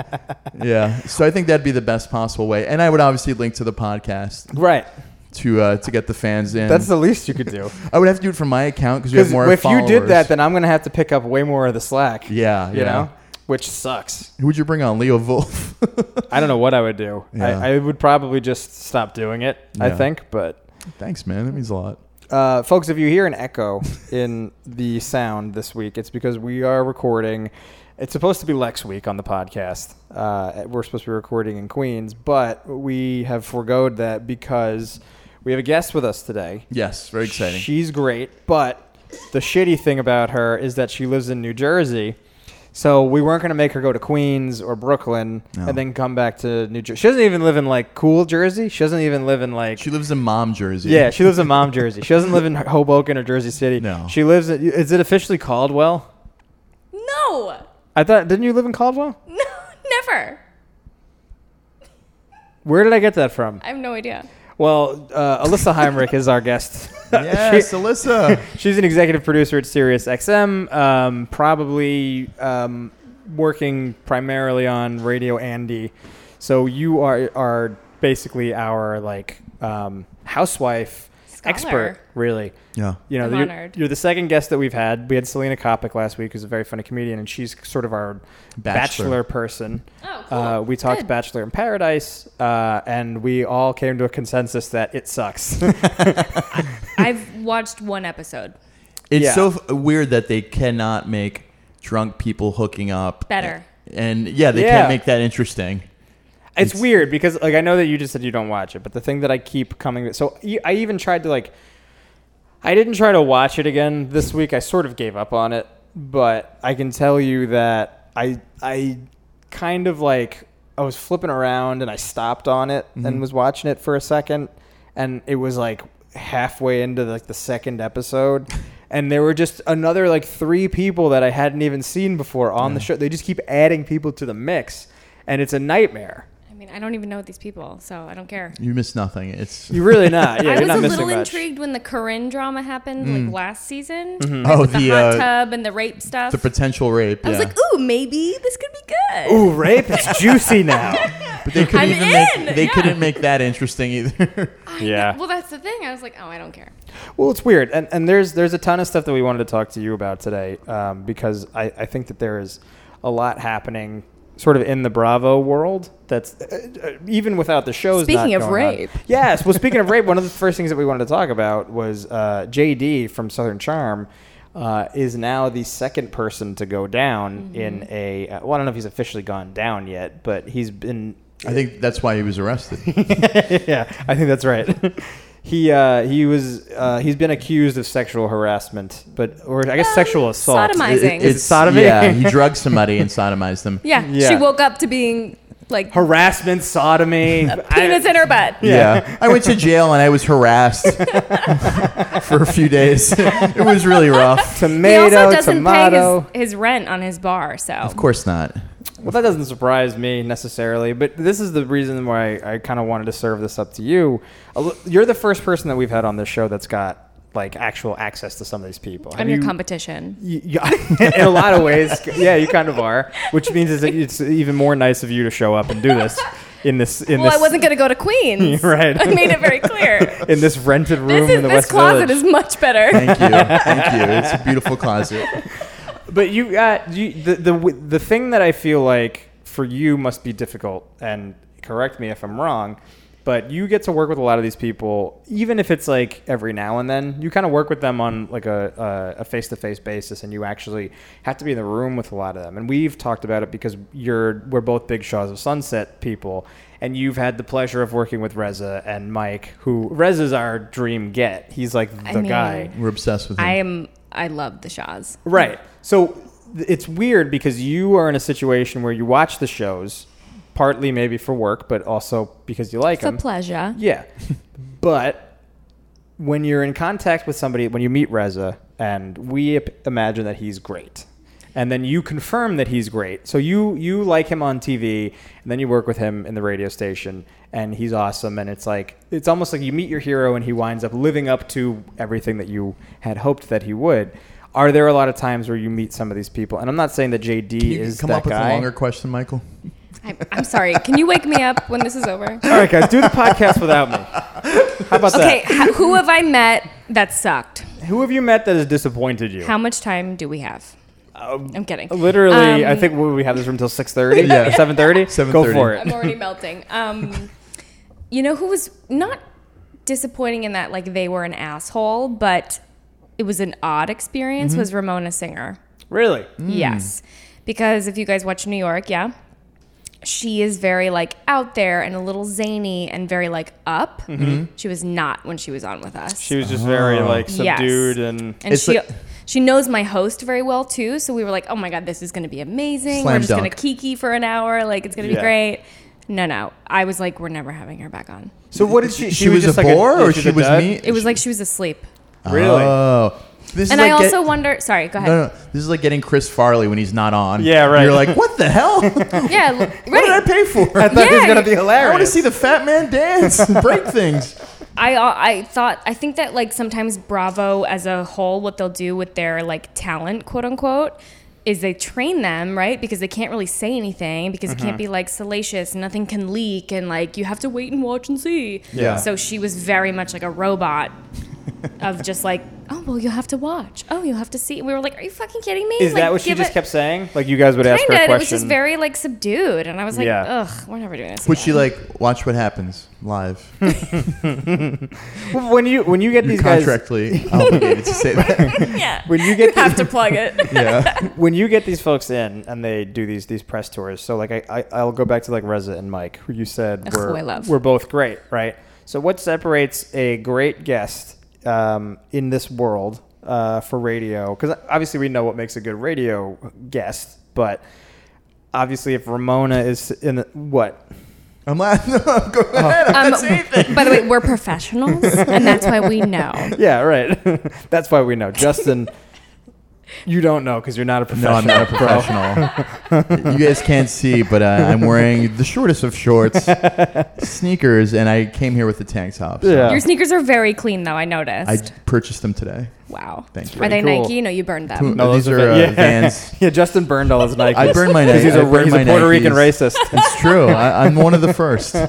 [SPEAKER 2] Yeah. So I think that'd be the best possible way. And I would obviously link to the podcast
[SPEAKER 1] Right.
[SPEAKER 2] to uh, to get the fans in.
[SPEAKER 1] That's the least you could do.
[SPEAKER 2] I would have to do it from my account because we have
[SPEAKER 1] Because
[SPEAKER 2] more.
[SPEAKER 1] if you did
[SPEAKER 2] followers.
[SPEAKER 1] that, then I'm going to have to pick up way more of the slack.
[SPEAKER 2] Yeah,
[SPEAKER 1] You
[SPEAKER 2] yeah.
[SPEAKER 1] know? Which sucks.
[SPEAKER 2] Who'd you bring on, Leo Wolf?
[SPEAKER 1] I don't know what I would do.
[SPEAKER 2] Yeah.
[SPEAKER 1] I, I would probably just stop doing it, I
[SPEAKER 2] Yeah.
[SPEAKER 1] think. But
[SPEAKER 2] Thanks, man. That means a lot.
[SPEAKER 1] Uh, folks, if you hear an echo in the sound this week, it's because we are recording. It's supposed to be Lex week on the podcast. Uh, we're supposed to be recording in Queens, but we have foregoed that because we have a guest with us today.
[SPEAKER 2] Yes, very exciting.
[SPEAKER 1] She's great, but the shitty thing about her is that she lives in New Jersey. So we weren't going to make her go to Queens or Brooklyn
[SPEAKER 2] No.
[SPEAKER 1] and then come back to New Jersey. She doesn't even live in like cool Jersey. She doesn't even live in like
[SPEAKER 2] she lives in Mom Jersey.
[SPEAKER 1] yeah, she lives in Mom Jersey. She doesn't live in Hoboken or Jersey City.
[SPEAKER 2] No.
[SPEAKER 1] She lives in, is it officially Caldwell?
[SPEAKER 3] No,
[SPEAKER 1] I thought didn't you live in Caldwell?
[SPEAKER 3] no, never.
[SPEAKER 1] Where did I get that from?
[SPEAKER 3] I have no idea.
[SPEAKER 1] Well, uh, Alyssa Heimrich is our guest.
[SPEAKER 2] Yes,
[SPEAKER 1] She-
[SPEAKER 2] Alyssa.
[SPEAKER 1] she's an executive producer at Sirius XM, um, probably um, working primarily on Radio Andy. So you are are basically our like um, housewife
[SPEAKER 3] Scholar.
[SPEAKER 1] expert, really.
[SPEAKER 2] yeah.
[SPEAKER 1] You know,
[SPEAKER 3] I'm
[SPEAKER 1] you're,
[SPEAKER 3] honored.
[SPEAKER 1] you're the second guest that we've had. We had Selena Kopic last week, who's a very funny comedian, and she's sort of our bachelor,
[SPEAKER 2] Bachelor.
[SPEAKER 1] person.
[SPEAKER 3] Oh, cool.
[SPEAKER 1] Uh, we talked
[SPEAKER 3] Good.
[SPEAKER 1] Bachelor in Paradise, uh, and we all came to a consensus that it sucks.
[SPEAKER 3] I've watched one episode.
[SPEAKER 2] It's
[SPEAKER 1] Yeah.
[SPEAKER 2] so f- weird that they cannot make drunk people hooking up
[SPEAKER 3] Better.
[SPEAKER 2] And yeah, they
[SPEAKER 1] Yeah.
[SPEAKER 2] can't make that interesting.
[SPEAKER 1] it's,
[SPEAKER 2] It's-
[SPEAKER 1] weird because, like, I know that you just said you don't watch it, but the thing that I keep coming, so e- I even tried to like, I didn't try to watch it again this week. I sort of gave up on it, but I can tell you that I I kind of like I was flipping around and I stopped on it and was watching it for a second and it was like halfway into like the second episode and there were just another like three people that I hadn't even seen before on the show. They just keep adding people to the mix and it's a nightmare.
[SPEAKER 3] I mean, I don't even know these people, so I don't care.
[SPEAKER 2] You miss nothing. It's
[SPEAKER 1] You really not. Yeah,
[SPEAKER 3] I
[SPEAKER 1] you're
[SPEAKER 3] was
[SPEAKER 1] not
[SPEAKER 3] a
[SPEAKER 1] missing
[SPEAKER 3] little
[SPEAKER 1] much. Mm-hmm.
[SPEAKER 3] intrigued when the Corinne drama happened, like last season.
[SPEAKER 2] Oh,
[SPEAKER 3] with the,
[SPEAKER 2] the,
[SPEAKER 3] hot
[SPEAKER 2] uh,
[SPEAKER 3] tub and the rape stuff.
[SPEAKER 2] the potential rape.
[SPEAKER 3] I was
[SPEAKER 2] yeah.
[SPEAKER 3] like, ooh, maybe this could be good.
[SPEAKER 1] Ooh, rape It's juicy now.
[SPEAKER 2] but they couldn't
[SPEAKER 3] I'm
[SPEAKER 2] even make,
[SPEAKER 3] in,
[SPEAKER 2] they
[SPEAKER 3] yeah.
[SPEAKER 2] couldn't make that interesting either.
[SPEAKER 3] I
[SPEAKER 1] Yeah.
[SPEAKER 3] know- Well, that's the thing. I was like, oh, I don't care.
[SPEAKER 1] Well, it's weird, and and there's there's a ton of stuff that we wanted to talk to you about today, um, because I I think that there is a lot happening sort of in the Bravo world that's uh, uh, even without the shows.
[SPEAKER 3] Speaking
[SPEAKER 1] not
[SPEAKER 3] of
[SPEAKER 1] going on.
[SPEAKER 3] rape.
[SPEAKER 1] yes. Well, speaking of rape, one of the first things that we wanted to talk about was uh, JD from Southern Charm. uh, is now the second person to go down
[SPEAKER 3] Mm-hmm.
[SPEAKER 1] in a. Uh, well, I don't know if he's officially gone down yet, but he's been.
[SPEAKER 2] I think that's why he was arrested.
[SPEAKER 1] yeah, I think that's right. he uh, he was uh, he's been accused of sexual harassment, but or I guess
[SPEAKER 3] Um,
[SPEAKER 1] sexual assault.
[SPEAKER 3] sodomi- Amazing. Is it
[SPEAKER 1] sodomy?
[SPEAKER 2] Yeah, he drugged somebody and sodomized them.
[SPEAKER 3] Yeah.
[SPEAKER 1] Yeah.
[SPEAKER 3] She woke up to being like
[SPEAKER 1] Harassment, sodomy. I-
[SPEAKER 3] penis in her butt.
[SPEAKER 2] Yeah. I went to jail and I was harassed for a few days. It was really rough.
[SPEAKER 3] He
[SPEAKER 1] tomato,
[SPEAKER 3] also doesn't
[SPEAKER 1] tomato.
[SPEAKER 3] pay his, his rent on his bar, so
[SPEAKER 2] Of course not.
[SPEAKER 1] Well, that doesn't surprise me necessarily, but this is the reason why I, kind of wanted to serve this up to you. A l- You're the first person that we've had on this show that's got like actual access to some of these people.
[SPEAKER 3] I'm
[SPEAKER 1] Have
[SPEAKER 3] your
[SPEAKER 1] you-
[SPEAKER 3] competition.
[SPEAKER 1] you- you- in a lot of ways, yeah, you kind of are, which means it's, it's even more nice of you to show up and do this in this in
[SPEAKER 3] Well,
[SPEAKER 1] this
[SPEAKER 3] I wasn't going to go to Queens.
[SPEAKER 1] Right.
[SPEAKER 3] I made it very clear.
[SPEAKER 1] in this rented room
[SPEAKER 3] this
[SPEAKER 1] in
[SPEAKER 3] is,
[SPEAKER 1] the
[SPEAKER 3] this
[SPEAKER 1] West
[SPEAKER 3] closet
[SPEAKER 1] Village.
[SPEAKER 3] is much better.
[SPEAKER 2] Thank you. Thank you. It's a beautiful closet.
[SPEAKER 1] But you got you, the the w- the thing that I feel like for you must be difficult, and correct me if I'm wrong. But you get to work with a lot of these people, even if it's like every now and then. You kind of work with them on like a a- a face to face basis, and you actually have to be in the room with a lot of them. And we've talked about it because you're we're both big Shaws of Sunset people, and you've had the pleasure of working with Reza and Mike, who Reza's our dream get. He's like the
[SPEAKER 3] I mean,
[SPEAKER 1] guy.
[SPEAKER 2] We're obsessed with him.
[SPEAKER 3] I am. I love the Shaws.
[SPEAKER 1] Right. So th- it's weird because you are in a situation where you watch the shows, partly maybe for work, but also because you like
[SPEAKER 3] For
[SPEAKER 1] them.
[SPEAKER 3] pleasure.
[SPEAKER 1] yeah. but when you're in contact with somebody, when you meet Reza, and we ap- imagine that he's great. And then you confirm that he's great. So you you like him on TV, and then you work with him in the radio station, and he's awesome. And it's like it's almost like you meet your hero, and he winds up living up to everything that you had hoped that he would. Are there a lot of times where you meet some of these people? And I'm not saying that JD
[SPEAKER 2] Can you
[SPEAKER 1] is
[SPEAKER 2] come
[SPEAKER 1] that
[SPEAKER 2] up with
[SPEAKER 1] guy.
[SPEAKER 2] a longer question, Michael?
[SPEAKER 3] I'm, I'm sorry. Can you wake me up when this is over?
[SPEAKER 1] All right, guys, do the podcast without me. How about
[SPEAKER 3] Okay. h- who have I met that sucked?
[SPEAKER 1] that? Who have you met that has disappointed you?
[SPEAKER 3] How much time do we have? I'm kidding.
[SPEAKER 1] Um, Literally,
[SPEAKER 3] Um,
[SPEAKER 1] I think we we have this room till six thirty.
[SPEAKER 2] Yeah.
[SPEAKER 1] yeah, seven thirty.
[SPEAKER 2] 7:30.
[SPEAKER 1] Go for
[SPEAKER 3] I'm
[SPEAKER 1] it.
[SPEAKER 3] already melting. Um, you know who was not disappointing in that like they were an asshole, but it was an odd experience
[SPEAKER 1] Mm-hmm.
[SPEAKER 3] was Ramona Singer.
[SPEAKER 1] Really?
[SPEAKER 3] Yes. Because if you guys watch New York, yeah. She is very like out there and a little zany and very like up.
[SPEAKER 2] Mm-hmm.
[SPEAKER 3] She was not when she was on with us.
[SPEAKER 1] She was just very like
[SPEAKER 3] Yes.
[SPEAKER 1] subdued and
[SPEAKER 3] and
[SPEAKER 2] It's
[SPEAKER 3] she
[SPEAKER 2] like-
[SPEAKER 3] she knows my host very well too, so we were like, "Oh my god, this is going to be amazing.
[SPEAKER 2] Slam
[SPEAKER 3] we're just going
[SPEAKER 2] dunk.
[SPEAKER 3] to kiki for an hour, like it's going to
[SPEAKER 1] Yeah.
[SPEAKER 3] be great." No, no. I was like, "We're never having her back on."
[SPEAKER 1] So what did she?
[SPEAKER 2] She, was, a bore or she was me?
[SPEAKER 3] It was like she was asleep.
[SPEAKER 1] Really?
[SPEAKER 2] Oh. This
[SPEAKER 3] And
[SPEAKER 2] is
[SPEAKER 3] I
[SPEAKER 2] like get-
[SPEAKER 3] also wonder. Sorry, go ahead.
[SPEAKER 2] No, no. This is like getting Chris Farley when he's not on.
[SPEAKER 1] Yeah, right.
[SPEAKER 2] You're like, what the hell? what
[SPEAKER 3] Yeah, l- right.
[SPEAKER 2] did I pay for?
[SPEAKER 1] I thought it was
[SPEAKER 3] Yeah.
[SPEAKER 1] gonna be
[SPEAKER 2] I
[SPEAKER 1] hilarious.
[SPEAKER 2] want to see the fat man dance and break things.
[SPEAKER 3] I uh, I thought I think that like sometimes Bravo as a whole, what they'll do with their like talent, quote unquote, is they train them right because they can't really say anything because it
[SPEAKER 1] Mm-hmm.
[SPEAKER 3] can't be like salacious, nothing can leak, and like you have to wait and watch and see.
[SPEAKER 2] Yeah.
[SPEAKER 3] So she was very much like a robot. of just like, oh well, you have to watch. Oh, you have to see. We were like, are you fucking kidding me?
[SPEAKER 1] Is
[SPEAKER 3] like,
[SPEAKER 1] that what she
[SPEAKER 3] give
[SPEAKER 1] just
[SPEAKER 3] it-
[SPEAKER 1] kept saying? Like you guys would ask her
[SPEAKER 3] Kinda,
[SPEAKER 1] a
[SPEAKER 3] and
[SPEAKER 1] question.
[SPEAKER 3] it was just very like subdued, and I was like,
[SPEAKER 1] Yeah.
[SPEAKER 3] ugh, we're never doing this.
[SPEAKER 2] Would she
[SPEAKER 3] again.
[SPEAKER 2] like watch what happens live?
[SPEAKER 1] when you when you get
[SPEAKER 2] You're
[SPEAKER 1] these guys
[SPEAKER 2] contractually obligated to say that.
[SPEAKER 3] yeah,
[SPEAKER 1] when you get
[SPEAKER 3] have to plug it.
[SPEAKER 2] yeah.
[SPEAKER 1] when you get these folks in and they do these these press tours, so like I, I I'll go back to like Reza and Mike, who you said
[SPEAKER 3] Ugh,
[SPEAKER 1] were
[SPEAKER 3] who I love.
[SPEAKER 1] were both great, right? So what separates a great guest um, in this world uh, for radio? Because obviously we know what makes a good radio guest, but obviously if Ramona is in the, what
[SPEAKER 2] I'm laughing. I'm going ahead. I'm
[SPEAKER 3] Um,
[SPEAKER 2] not saying anything.
[SPEAKER 3] By the way, we're professionals, and that's why we know.
[SPEAKER 1] yeah, right. That's why we know Justin. you don't know because you're not a professional.
[SPEAKER 2] No, I'm not a
[SPEAKER 1] bro.
[SPEAKER 2] professional. you guys can't see, but uh, I'm wearing the shortest of shorts, sneakers, and I came here with the tank top. so
[SPEAKER 1] Yeah.
[SPEAKER 3] Your sneakers are very clean, though. I noticed.
[SPEAKER 2] I purchased them today.
[SPEAKER 3] wow.
[SPEAKER 2] Thank you.
[SPEAKER 3] Are they
[SPEAKER 1] Pretty cool.
[SPEAKER 3] Nike? No, you burned them.
[SPEAKER 1] No,
[SPEAKER 2] these
[SPEAKER 1] those
[SPEAKER 2] are,
[SPEAKER 1] are
[SPEAKER 2] uh,
[SPEAKER 1] yeah.
[SPEAKER 2] Vans.
[SPEAKER 1] yeah, Justin burned all his Nikes.
[SPEAKER 2] I burned my
[SPEAKER 1] Because
[SPEAKER 2] Nikes.
[SPEAKER 1] he's
[SPEAKER 2] I
[SPEAKER 1] a,
[SPEAKER 2] burned
[SPEAKER 1] he's
[SPEAKER 2] my
[SPEAKER 1] a Puerto
[SPEAKER 2] Nikes.
[SPEAKER 1] Rican racist.
[SPEAKER 2] It's true. I, I'm one of the first. Uh,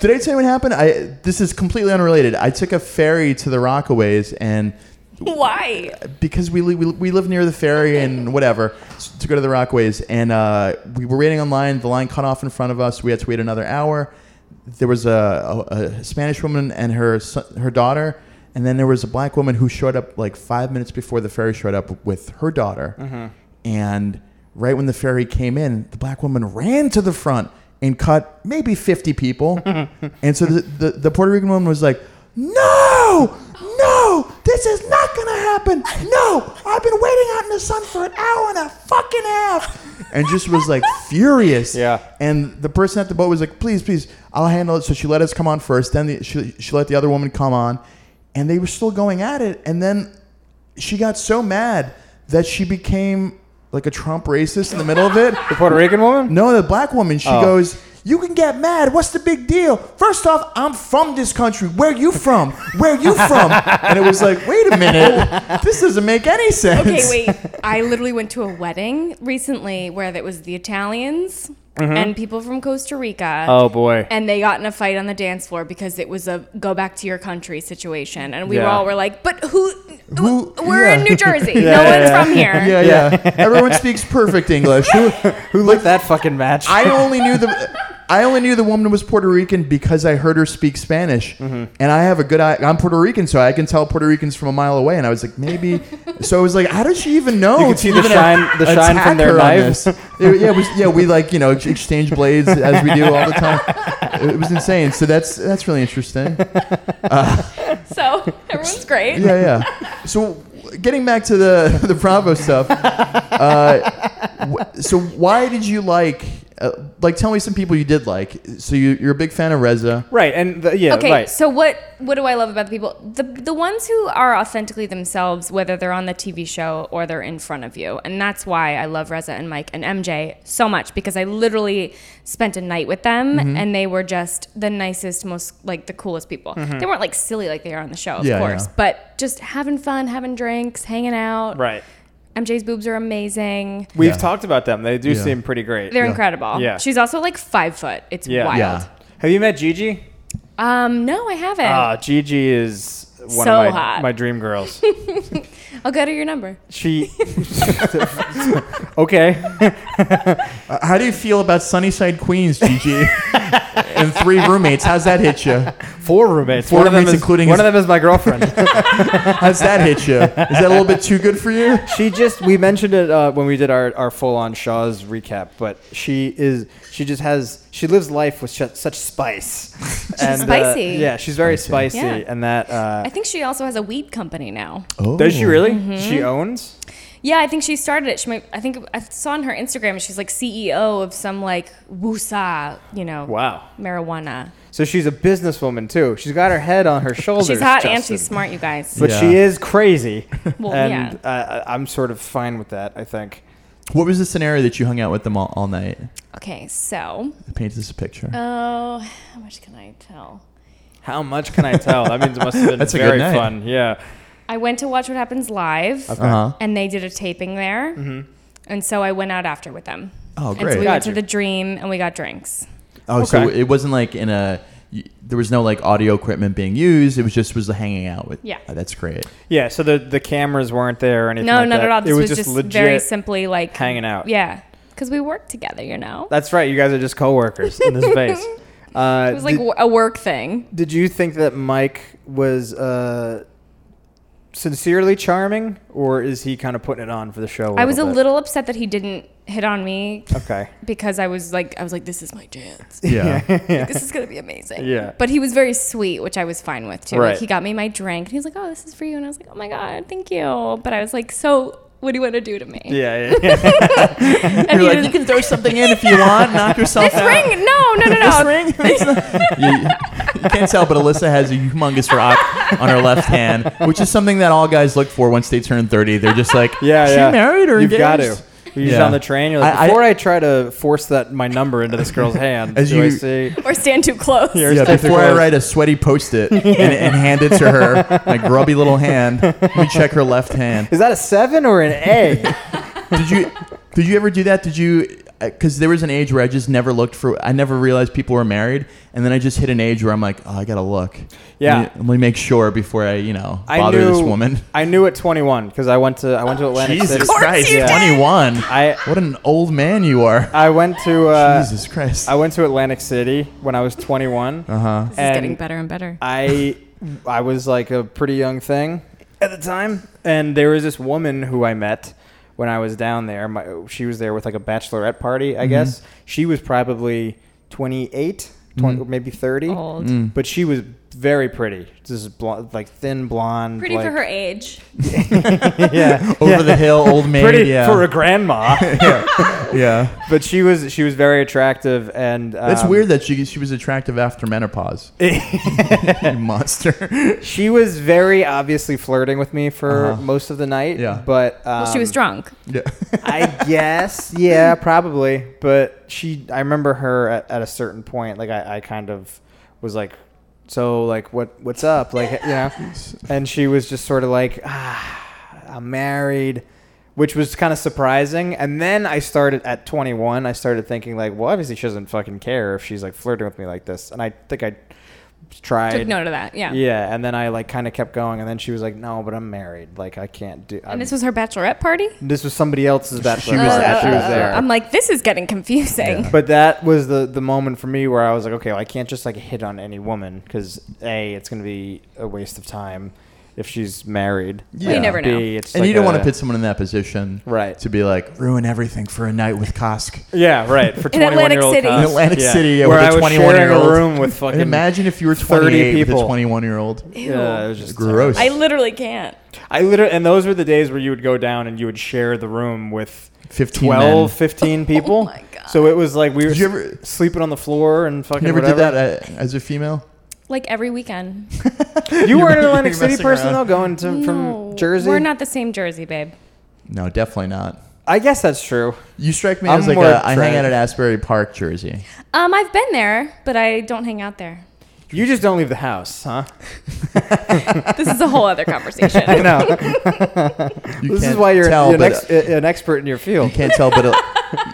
[SPEAKER 2] did I tell you what happened? I this is completely unrelated. I took a ferry to the Rockaways, and
[SPEAKER 3] Why?
[SPEAKER 2] because we, li- we we live near the ferry and whatever s- to go to the Rockaways, and uh, we were waiting on line. The line cut off in front of us. We had to wait another hour. There was a, a, a Spanish woman and her son, her daughter. And then there was a black woman who showed up like five minutes before the ferry showed up with her daughter. And right when the ferry came in, the black woman ran to the front and cut maybe 50 people. and so the, the, the Puerto Rican woman was like, No, no, this is not going to happen. No, I've been waiting out in the sun for an hour and a fucking half. And just was like furious.
[SPEAKER 1] Yeah.
[SPEAKER 2] And the person at the boat was like, please, please, I'll handle it. So she let us come on first. Then the, she, she let the other woman come on. And they were still going at it. And then she got so mad that she became like a Trump racist in the middle of it.
[SPEAKER 1] The Puerto Rican woman?
[SPEAKER 2] No, the black woman, she
[SPEAKER 1] Oh.
[SPEAKER 2] goes, You can get mad. What's the big deal? First off, I'm from this country. Where you from? Where you from? and it was like, Wait a minute. This doesn't make any sense.
[SPEAKER 3] Okay, wait. I literally went to a wedding recently where it was the Italians and people from Costa Rica.
[SPEAKER 1] Oh boy.
[SPEAKER 3] And they got in a fight on the dance floor because it was a go back to your country situation. And we
[SPEAKER 1] Yeah.
[SPEAKER 3] all were like, but who?
[SPEAKER 2] Who-
[SPEAKER 3] We're
[SPEAKER 2] yeah.
[SPEAKER 3] in New Jersey.
[SPEAKER 1] Yeah,
[SPEAKER 3] no
[SPEAKER 1] yeah,
[SPEAKER 3] one's
[SPEAKER 1] yeah.
[SPEAKER 3] from here.
[SPEAKER 2] Yeah, yeah. Everyone speaks perfect English. Who,
[SPEAKER 1] Who looked that fucking match?
[SPEAKER 2] I only knew the I only knew the woman was Puerto Rican because I heard her speak Spanish,
[SPEAKER 1] Mm-hmm.
[SPEAKER 2] and I have a good eye. I'm Puerto Rican, so I can tell Puerto Ricans from a mile away. And I was like, maybe. so I was like, how does she even know?
[SPEAKER 1] You could see the
[SPEAKER 2] Even
[SPEAKER 1] shine- the shine
[SPEAKER 2] attack
[SPEAKER 1] from their
[SPEAKER 2] her on
[SPEAKER 1] knives.
[SPEAKER 2] this? It- yeah, it was, yeah, we like you know ex- exchange blades as we do all the time. It was insane. So that's that's really interesting.
[SPEAKER 3] So everyone's great.
[SPEAKER 2] Yeah, yeah. So getting back to the the Bravo stuff. Uh, wh- so why did you like? Uh, like, tell me some people you did like. So you, you're a big fan of Reza.
[SPEAKER 1] right, and the, yeah,
[SPEAKER 3] Okay,
[SPEAKER 1] right.
[SPEAKER 3] so what what do I love about the people? The the ones who are authentically themselves, whether they're on the TV show or they're in front of you, and that's why I love Reza and Mike and MJ so much because I literally spent a night with them
[SPEAKER 1] Mm-hmm.
[SPEAKER 3] and they were just the nicest, most like the coolest people.
[SPEAKER 1] Mm-hmm.
[SPEAKER 3] They weren't like silly like they are on the show, of
[SPEAKER 2] Yeah,
[SPEAKER 3] course,
[SPEAKER 2] yeah.
[SPEAKER 3] but just having fun, having drinks, hanging out.
[SPEAKER 1] right.
[SPEAKER 3] MJ's boobs are amazing.
[SPEAKER 1] We've
[SPEAKER 2] Yeah.
[SPEAKER 1] talked about them. They do
[SPEAKER 2] Yeah.
[SPEAKER 1] seem pretty great.
[SPEAKER 3] They're incredible.
[SPEAKER 1] Yeah.
[SPEAKER 3] She's also like five foot. It's
[SPEAKER 1] yeah.
[SPEAKER 3] wild.
[SPEAKER 2] Yeah.
[SPEAKER 1] Have you met Gigi?
[SPEAKER 3] Um, no, I haven't.
[SPEAKER 1] Ah, Gigi is one
[SPEAKER 3] So
[SPEAKER 1] of my,
[SPEAKER 3] hot.
[SPEAKER 1] my dream girls.
[SPEAKER 3] I'll get her your number.
[SPEAKER 1] She. okay.
[SPEAKER 2] Uh, how do you feel about Sunnyside Queens, Gigi? and three roommates. How's that hit you?
[SPEAKER 1] Four roommates.
[SPEAKER 2] Four
[SPEAKER 1] one of them
[SPEAKER 2] roommates,
[SPEAKER 1] is,
[SPEAKER 2] including
[SPEAKER 1] one
[SPEAKER 2] his-
[SPEAKER 1] of them is my girlfriend.
[SPEAKER 2] How's that hit you? Is that a little bit too good for you?
[SPEAKER 1] she just we mentioned it uh, when we did our, our full on Shaw's recap, but she is she just has she lives life with such, such spice. She's
[SPEAKER 3] spicy.
[SPEAKER 1] yeah, she's very spicy,
[SPEAKER 3] Yeah.
[SPEAKER 1] and that. Uh,
[SPEAKER 3] I Mm-hmm. think she also has a weed company now.
[SPEAKER 2] Oh.
[SPEAKER 1] does she really? She owns.
[SPEAKER 3] Yeah, I think she started it. She might. I think I saw on her Instagram. She's like CEO of some like wusa, you know,
[SPEAKER 1] Wow.
[SPEAKER 3] marijuana.
[SPEAKER 1] So she's a businesswoman too. She's got her head on her shoulders.
[SPEAKER 3] She's hot
[SPEAKER 1] Justin.
[SPEAKER 3] and she's smart, you guys.
[SPEAKER 1] but
[SPEAKER 2] Yeah.
[SPEAKER 1] she is crazy.
[SPEAKER 3] Well,
[SPEAKER 1] and uh, I'm sort of fine with that. I think.
[SPEAKER 2] What was the scenario that you hung out with them all, all night?
[SPEAKER 3] Okay, so
[SPEAKER 2] Paint us a picture.
[SPEAKER 3] oh, how much can I tell?
[SPEAKER 1] How much can I tell? That means it must have been
[SPEAKER 2] That's a good
[SPEAKER 1] very
[SPEAKER 2] night.
[SPEAKER 1] fun. Yeah.
[SPEAKER 3] I went to watch What Happens Live,
[SPEAKER 2] Uh huh.
[SPEAKER 3] and they did a taping there, and so I went out after with them.
[SPEAKER 2] Oh,
[SPEAKER 3] And
[SPEAKER 2] great.
[SPEAKER 3] so we went
[SPEAKER 1] Mm-hmm. Gotcha.
[SPEAKER 3] to the Dream, and we got drinks.
[SPEAKER 2] Oh, so
[SPEAKER 1] Okay.
[SPEAKER 2] it wasn't like in a. y- There was no like audio equipment being used. It was just was hanging out with.
[SPEAKER 3] Yeah.
[SPEAKER 2] Oh, that's great.
[SPEAKER 1] Yeah. So the the cameras weren't there or anything.
[SPEAKER 3] No,
[SPEAKER 1] like
[SPEAKER 3] not
[SPEAKER 1] that.
[SPEAKER 3] at all. This
[SPEAKER 1] it
[SPEAKER 3] was, just,
[SPEAKER 1] legit.
[SPEAKER 3] very simply like
[SPEAKER 1] hanging out.
[SPEAKER 3] Yeah, because we work together, you know.
[SPEAKER 1] That's right. You guys are just coworkers in this space. Uh,
[SPEAKER 3] it was like
[SPEAKER 1] did,
[SPEAKER 3] wo- a work thing.
[SPEAKER 1] did you think that Mike was uh, sincerely charming, or is he kind of putting it on for the
[SPEAKER 2] Oh,
[SPEAKER 1] show? I
[SPEAKER 3] I was a little upset that he didn't hit on me
[SPEAKER 1] Okay.
[SPEAKER 3] because I was like, I was like, this is my chance.
[SPEAKER 2] Yeah.
[SPEAKER 1] yeah.
[SPEAKER 3] This is gonna be amazing.
[SPEAKER 1] Yeah.
[SPEAKER 3] But he was very sweet, which I was fine with too.
[SPEAKER 1] Right.
[SPEAKER 3] Like he got me my drink and he was like, oh, this is for you, and I was like, oh my god, thank you. But I was like, so what do you want to do to me?
[SPEAKER 1] Yeah. yeah.
[SPEAKER 3] And
[SPEAKER 2] You're
[SPEAKER 3] he
[SPEAKER 2] like,
[SPEAKER 3] was-
[SPEAKER 2] you can throw something in if you want. Knock yourself
[SPEAKER 3] this ring? No, no, no, no.
[SPEAKER 2] ring. you, you can't tell, but Alyssa has a humongous rock on her left hand, which is something that all guys look for once they turn thirty. They're just like,
[SPEAKER 1] Yeah,
[SPEAKER 2] she
[SPEAKER 1] yeah.
[SPEAKER 2] married or
[SPEAKER 1] You've got to.
[SPEAKER 2] engaged?"
[SPEAKER 1] You're just
[SPEAKER 2] Yeah.
[SPEAKER 1] on the train. You're like,
[SPEAKER 2] I- I-
[SPEAKER 1] before I, try to force that my number into this girl's hand,
[SPEAKER 2] As
[SPEAKER 1] do I
[SPEAKER 2] you-
[SPEAKER 1] say,
[SPEAKER 3] Or stand too close.
[SPEAKER 1] Yeah.
[SPEAKER 2] Yeah,
[SPEAKER 1] Stick to
[SPEAKER 2] before I
[SPEAKER 1] clothes.
[SPEAKER 2] write a sweaty post-it and, and hand it to her, my grubby little hand. Let me check her left hand.
[SPEAKER 1] is that a seven or an A?
[SPEAKER 2] Did you? Did you ever do that? Did you? Because there was an age where I just never looked for. I never realized people were married, and then I just hit an age where I'm like, oh, I gotta look.
[SPEAKER 1] Yeah.
[SPEAKER 2] Let me, let me make sure before I, you know,
[SPEAKER 1] I
[SPEAKER 2] bother
[SPEAKER 1] knew,
[SPEAKER 2] this woman. Oh,
[SPEAKER 1] I knew at 21 because I went to I went to Atlantic City.
[SPEAKER 2] Jesus
[SPEAKER 3] course
[SPEAKER 2] Christ,
[SPEAKER 3] you did.
[SPEAKER 2] 21.
[SPEAKER 1] I
[SPEAKER 2] What an old man you are.
[SPEAKER 1] I went to uh,
[SPEAKER 2] Jesus Christ.
[SPEAKER 1] I went to Atlantic City when I was 21.
[SPEAKER 2] uh huh.
[SPEAKER 3] This is
[SPEAKER 1] And
[SPEAKER 3] getting better and better.
[SPEAKER 1] I I was like a pretty young thing at the time, and there was this woman who I met when I was down there. My, she was there with like a bachelorette party,
[SPEAKER 2] Mm-hmm.
[SPEAKER 1] I guess. She was probably 28, 20,
[SPEAKER 2] Mm-hmm.
[SPEAKER 1] maybe 30,
[SPEAKER 3] Old.
[SPEAKER 2] Mm.
[SPEAKER 1] but she was very pretty, just blonde, like thin blonde.
[SPEAKER 3] Pretty for
[SPEAKER 1] like-
[SPEAKER 3] her age.
[SPEAKER 1] yeah,
[SPEAKER 2] Over the hill, old maid.
[SPEAKER 1] pretty
[SPEAKER 2] yeah.
[SPEAKER 1] for a grandma.
[SPEAKER 2] yeah.
[SPEAKER 1] but she was she was very attractive, and um,
[SPEAKER 2] That's weird that she she was attractive after menopause. you monster.
[SPEAKER 1] She was very obviously flirting with me for
[SPEAKER 2] Uh-huh.
[SPEAKER 1] most of the night.
[SPEAKER 2] Yeah.
[SPEAKER 1] but um,
[SPEAKER 3] Well, she was drunk.
[SPEAKER 2] yeah.
[SPEAKER 1] I guess, yeah, probably. But she, I remember her at, at a certain point. Like I, I kind of was like, so like what what's up? Like you know, and she was just sort of like, ah, I'm married. Which was kind of surprising, and then I started at 21. I started thinking like, well, obviously she doesn't fucking care if she's like flirting with me like this. And I think I tried.
[SPEAKER 3] Took note of that. Yeah.
[SPEAKER 1] Yeah, and then I like kind of kept going, and then she was like, "No, but I'm married. Like I can't do." I'm,
[SPEAKER 3] And this was her bachelorette party.
[SPEAKER 1] this was somebody else's bachelorette.
[SPEAKER 2] She was
[SPEAKER 1] party.
[SPEAKER 2] there.
[SPEAKER 1] She was there.
[SPEAKER 3] Uh, I'm like, this is getting confusing.
[SPEAKER 1] but that was the the moment for me where I was like, okay, well, I can't just like hit on any woman because a, it's gonna be a waste of time if she's married.
[SPEAKER 2] You
[SPEAKER 1] And
[SPEAKER 3] never
[SPEAKER 1] B,
[SPEAKER 3] know.
[SPEAKER 1] It's
[SPEAKER 2] And
[SPEAKER 1] like
[SPEAKER 2] you don't
[SPEAKER 1] a-
[SPEAKER 2] want to put someone in that position,
[SPEAKER 1] Right.
[SPEAKER 2] To be like ruin everything for a night with Kosk.
[SPEAKER 1] Yeah, right. For
[SPEAKER 3] In Atlantic
[SPEAKER 1] 21-year-old
[SPEAKER 3] City.
[SPEAKER 1] cops.
[SPEAKER 2] In Atlantic
[SPEAKER 1] Yeah.
[SPEAKER 2] City, yeah,
[SPEAKER 1] where
[SPEAKER 2] with
[SPEAKER 1] I
[SPEAKER 2] a
[SPEAKER 1] was
[SPEAKER 2] 21 year
[SPEAKER 1] sharing
[SPEAKER 2] old.
[SPEAKER 1] a room with fucking.
[SPEAKER 2] Imagine if you were
[SPEAKER 1] 30
[SPEAKER 2] 28 with
[SPEAKER 1] people.
[SPEAKER 2] a 21 year old.
[SPEAKER 1] Yeah, it was just
[SPEAKER 2] Gross.
[SPEAKER 3] I literally can't.
[SPEAKER 1] I literally, and those were the days where you would go down and you would share the room with
[SPEAKER 2] 15
[SPEAKER 1] 12,
[SPEAKER 2] men.
[SPEAKER 1] 15 people.
[SPEAKER 3] Oh my God.
[SPEAKER 1] So it was like we were
[SPEAKER 2] Did you ever-
[SPEAKER 1] sleeping on the floor and fucking
[SPEAKER 2] You never
[SPEAKER 1] whatever.
[SPEAKER 2] did that uh, as a female?
[SPEAKER 3] Like every weekend.
[SPEAKER 1] You weren't an Atlantic
[SPEAKER 2] You're
[SPEAKER 1] City
[SPEAKER 2] messing
[SPEAKER 1] person
[SPEAKER 2] around.
[SPEAKER 1] though, going to,
[SPEAKER 3] No,
[SPEAKER 1] from Jersey.
[SPEAKER 3] We're not the same Jersey, babe.
[SPEAKER 2] No, definitely not.
[SPEAKER 1] I guess that's true.
[SPEAKER 2] You strike me
[SPEAKER 1] I'm
[SPEAKER 2] as like
[SPEAKER 1] more
[SPEAKER 2] a, I hang
[SPEAKER 1] attracted-
[SPEAKER 2] out at Asbury Park, Jersey.
[SPEAKER 3] Um, I've been there, but I don't hang out there.
[SPEAKER 1] You just don't leave the house, huh?
[SPEAKER 3] This is a whole other conversation.
[SPEAKER 1] I know.
[SPEAKER 2] You
[SPEAKER 1] this is
[SPEAKER 2] can't
[SPEAKER 1] why you're,
[SPEAKER 2] tell,
[SPEAKER 1] you're an,
[SPEAKER 2] but,
[SPEAKER 1] ex-
[SPEAKER 2] uh,
[SPEAKER 1] an expert in your
[SPEAKER 2] you
[SPEAKER 1] field.
[SPEAKER 2] can't tell, but uh,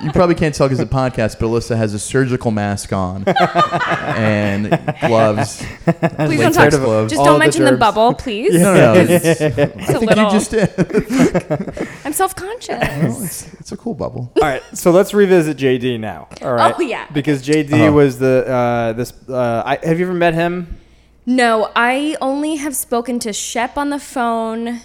[SPEAKER 2] you probably can't tell because of the podcast. But Alyssa has a surgical mask on and gloves.
[SPEAKER 3] Please
[SPEAKER 2] Latex
[SPEAKER 3] don't talk.
[SPEAKER 2] gloves.
[SPEAKER 3] Just
[SPEAKER 1] all
[SPEAKER 3] don't
[SPEAKER 1] the
[SPEAKER 3] mention the,
[SPEAKER 1] germs.
[SPEAKER 3] bubble, please.
[SPEAKER 2] No, no, it's-
[SPEAKER 3] It's
[SPEAKER 2] I
[SPEAKER 3] a
[SPEAKER 2] think
[SPEAKER 3] little.
[SPEAKER 2] you just did.
[SPEAKER 3] I'm self-conscious.
[SPEAKER 2] It's a cool bubble.
[SPEAKER 1] All right, so let's revisit JD now. All right.
[SPEAKER 3] yeah.
[SPEAKER 1] Because JD
[SPEAKER 2] Uh-huh.
[SPEAKER 1] was the uh, this. Uh, I, have you ever met him?
[SPEAKER 3] no, I only have spoken to Shep on the phone.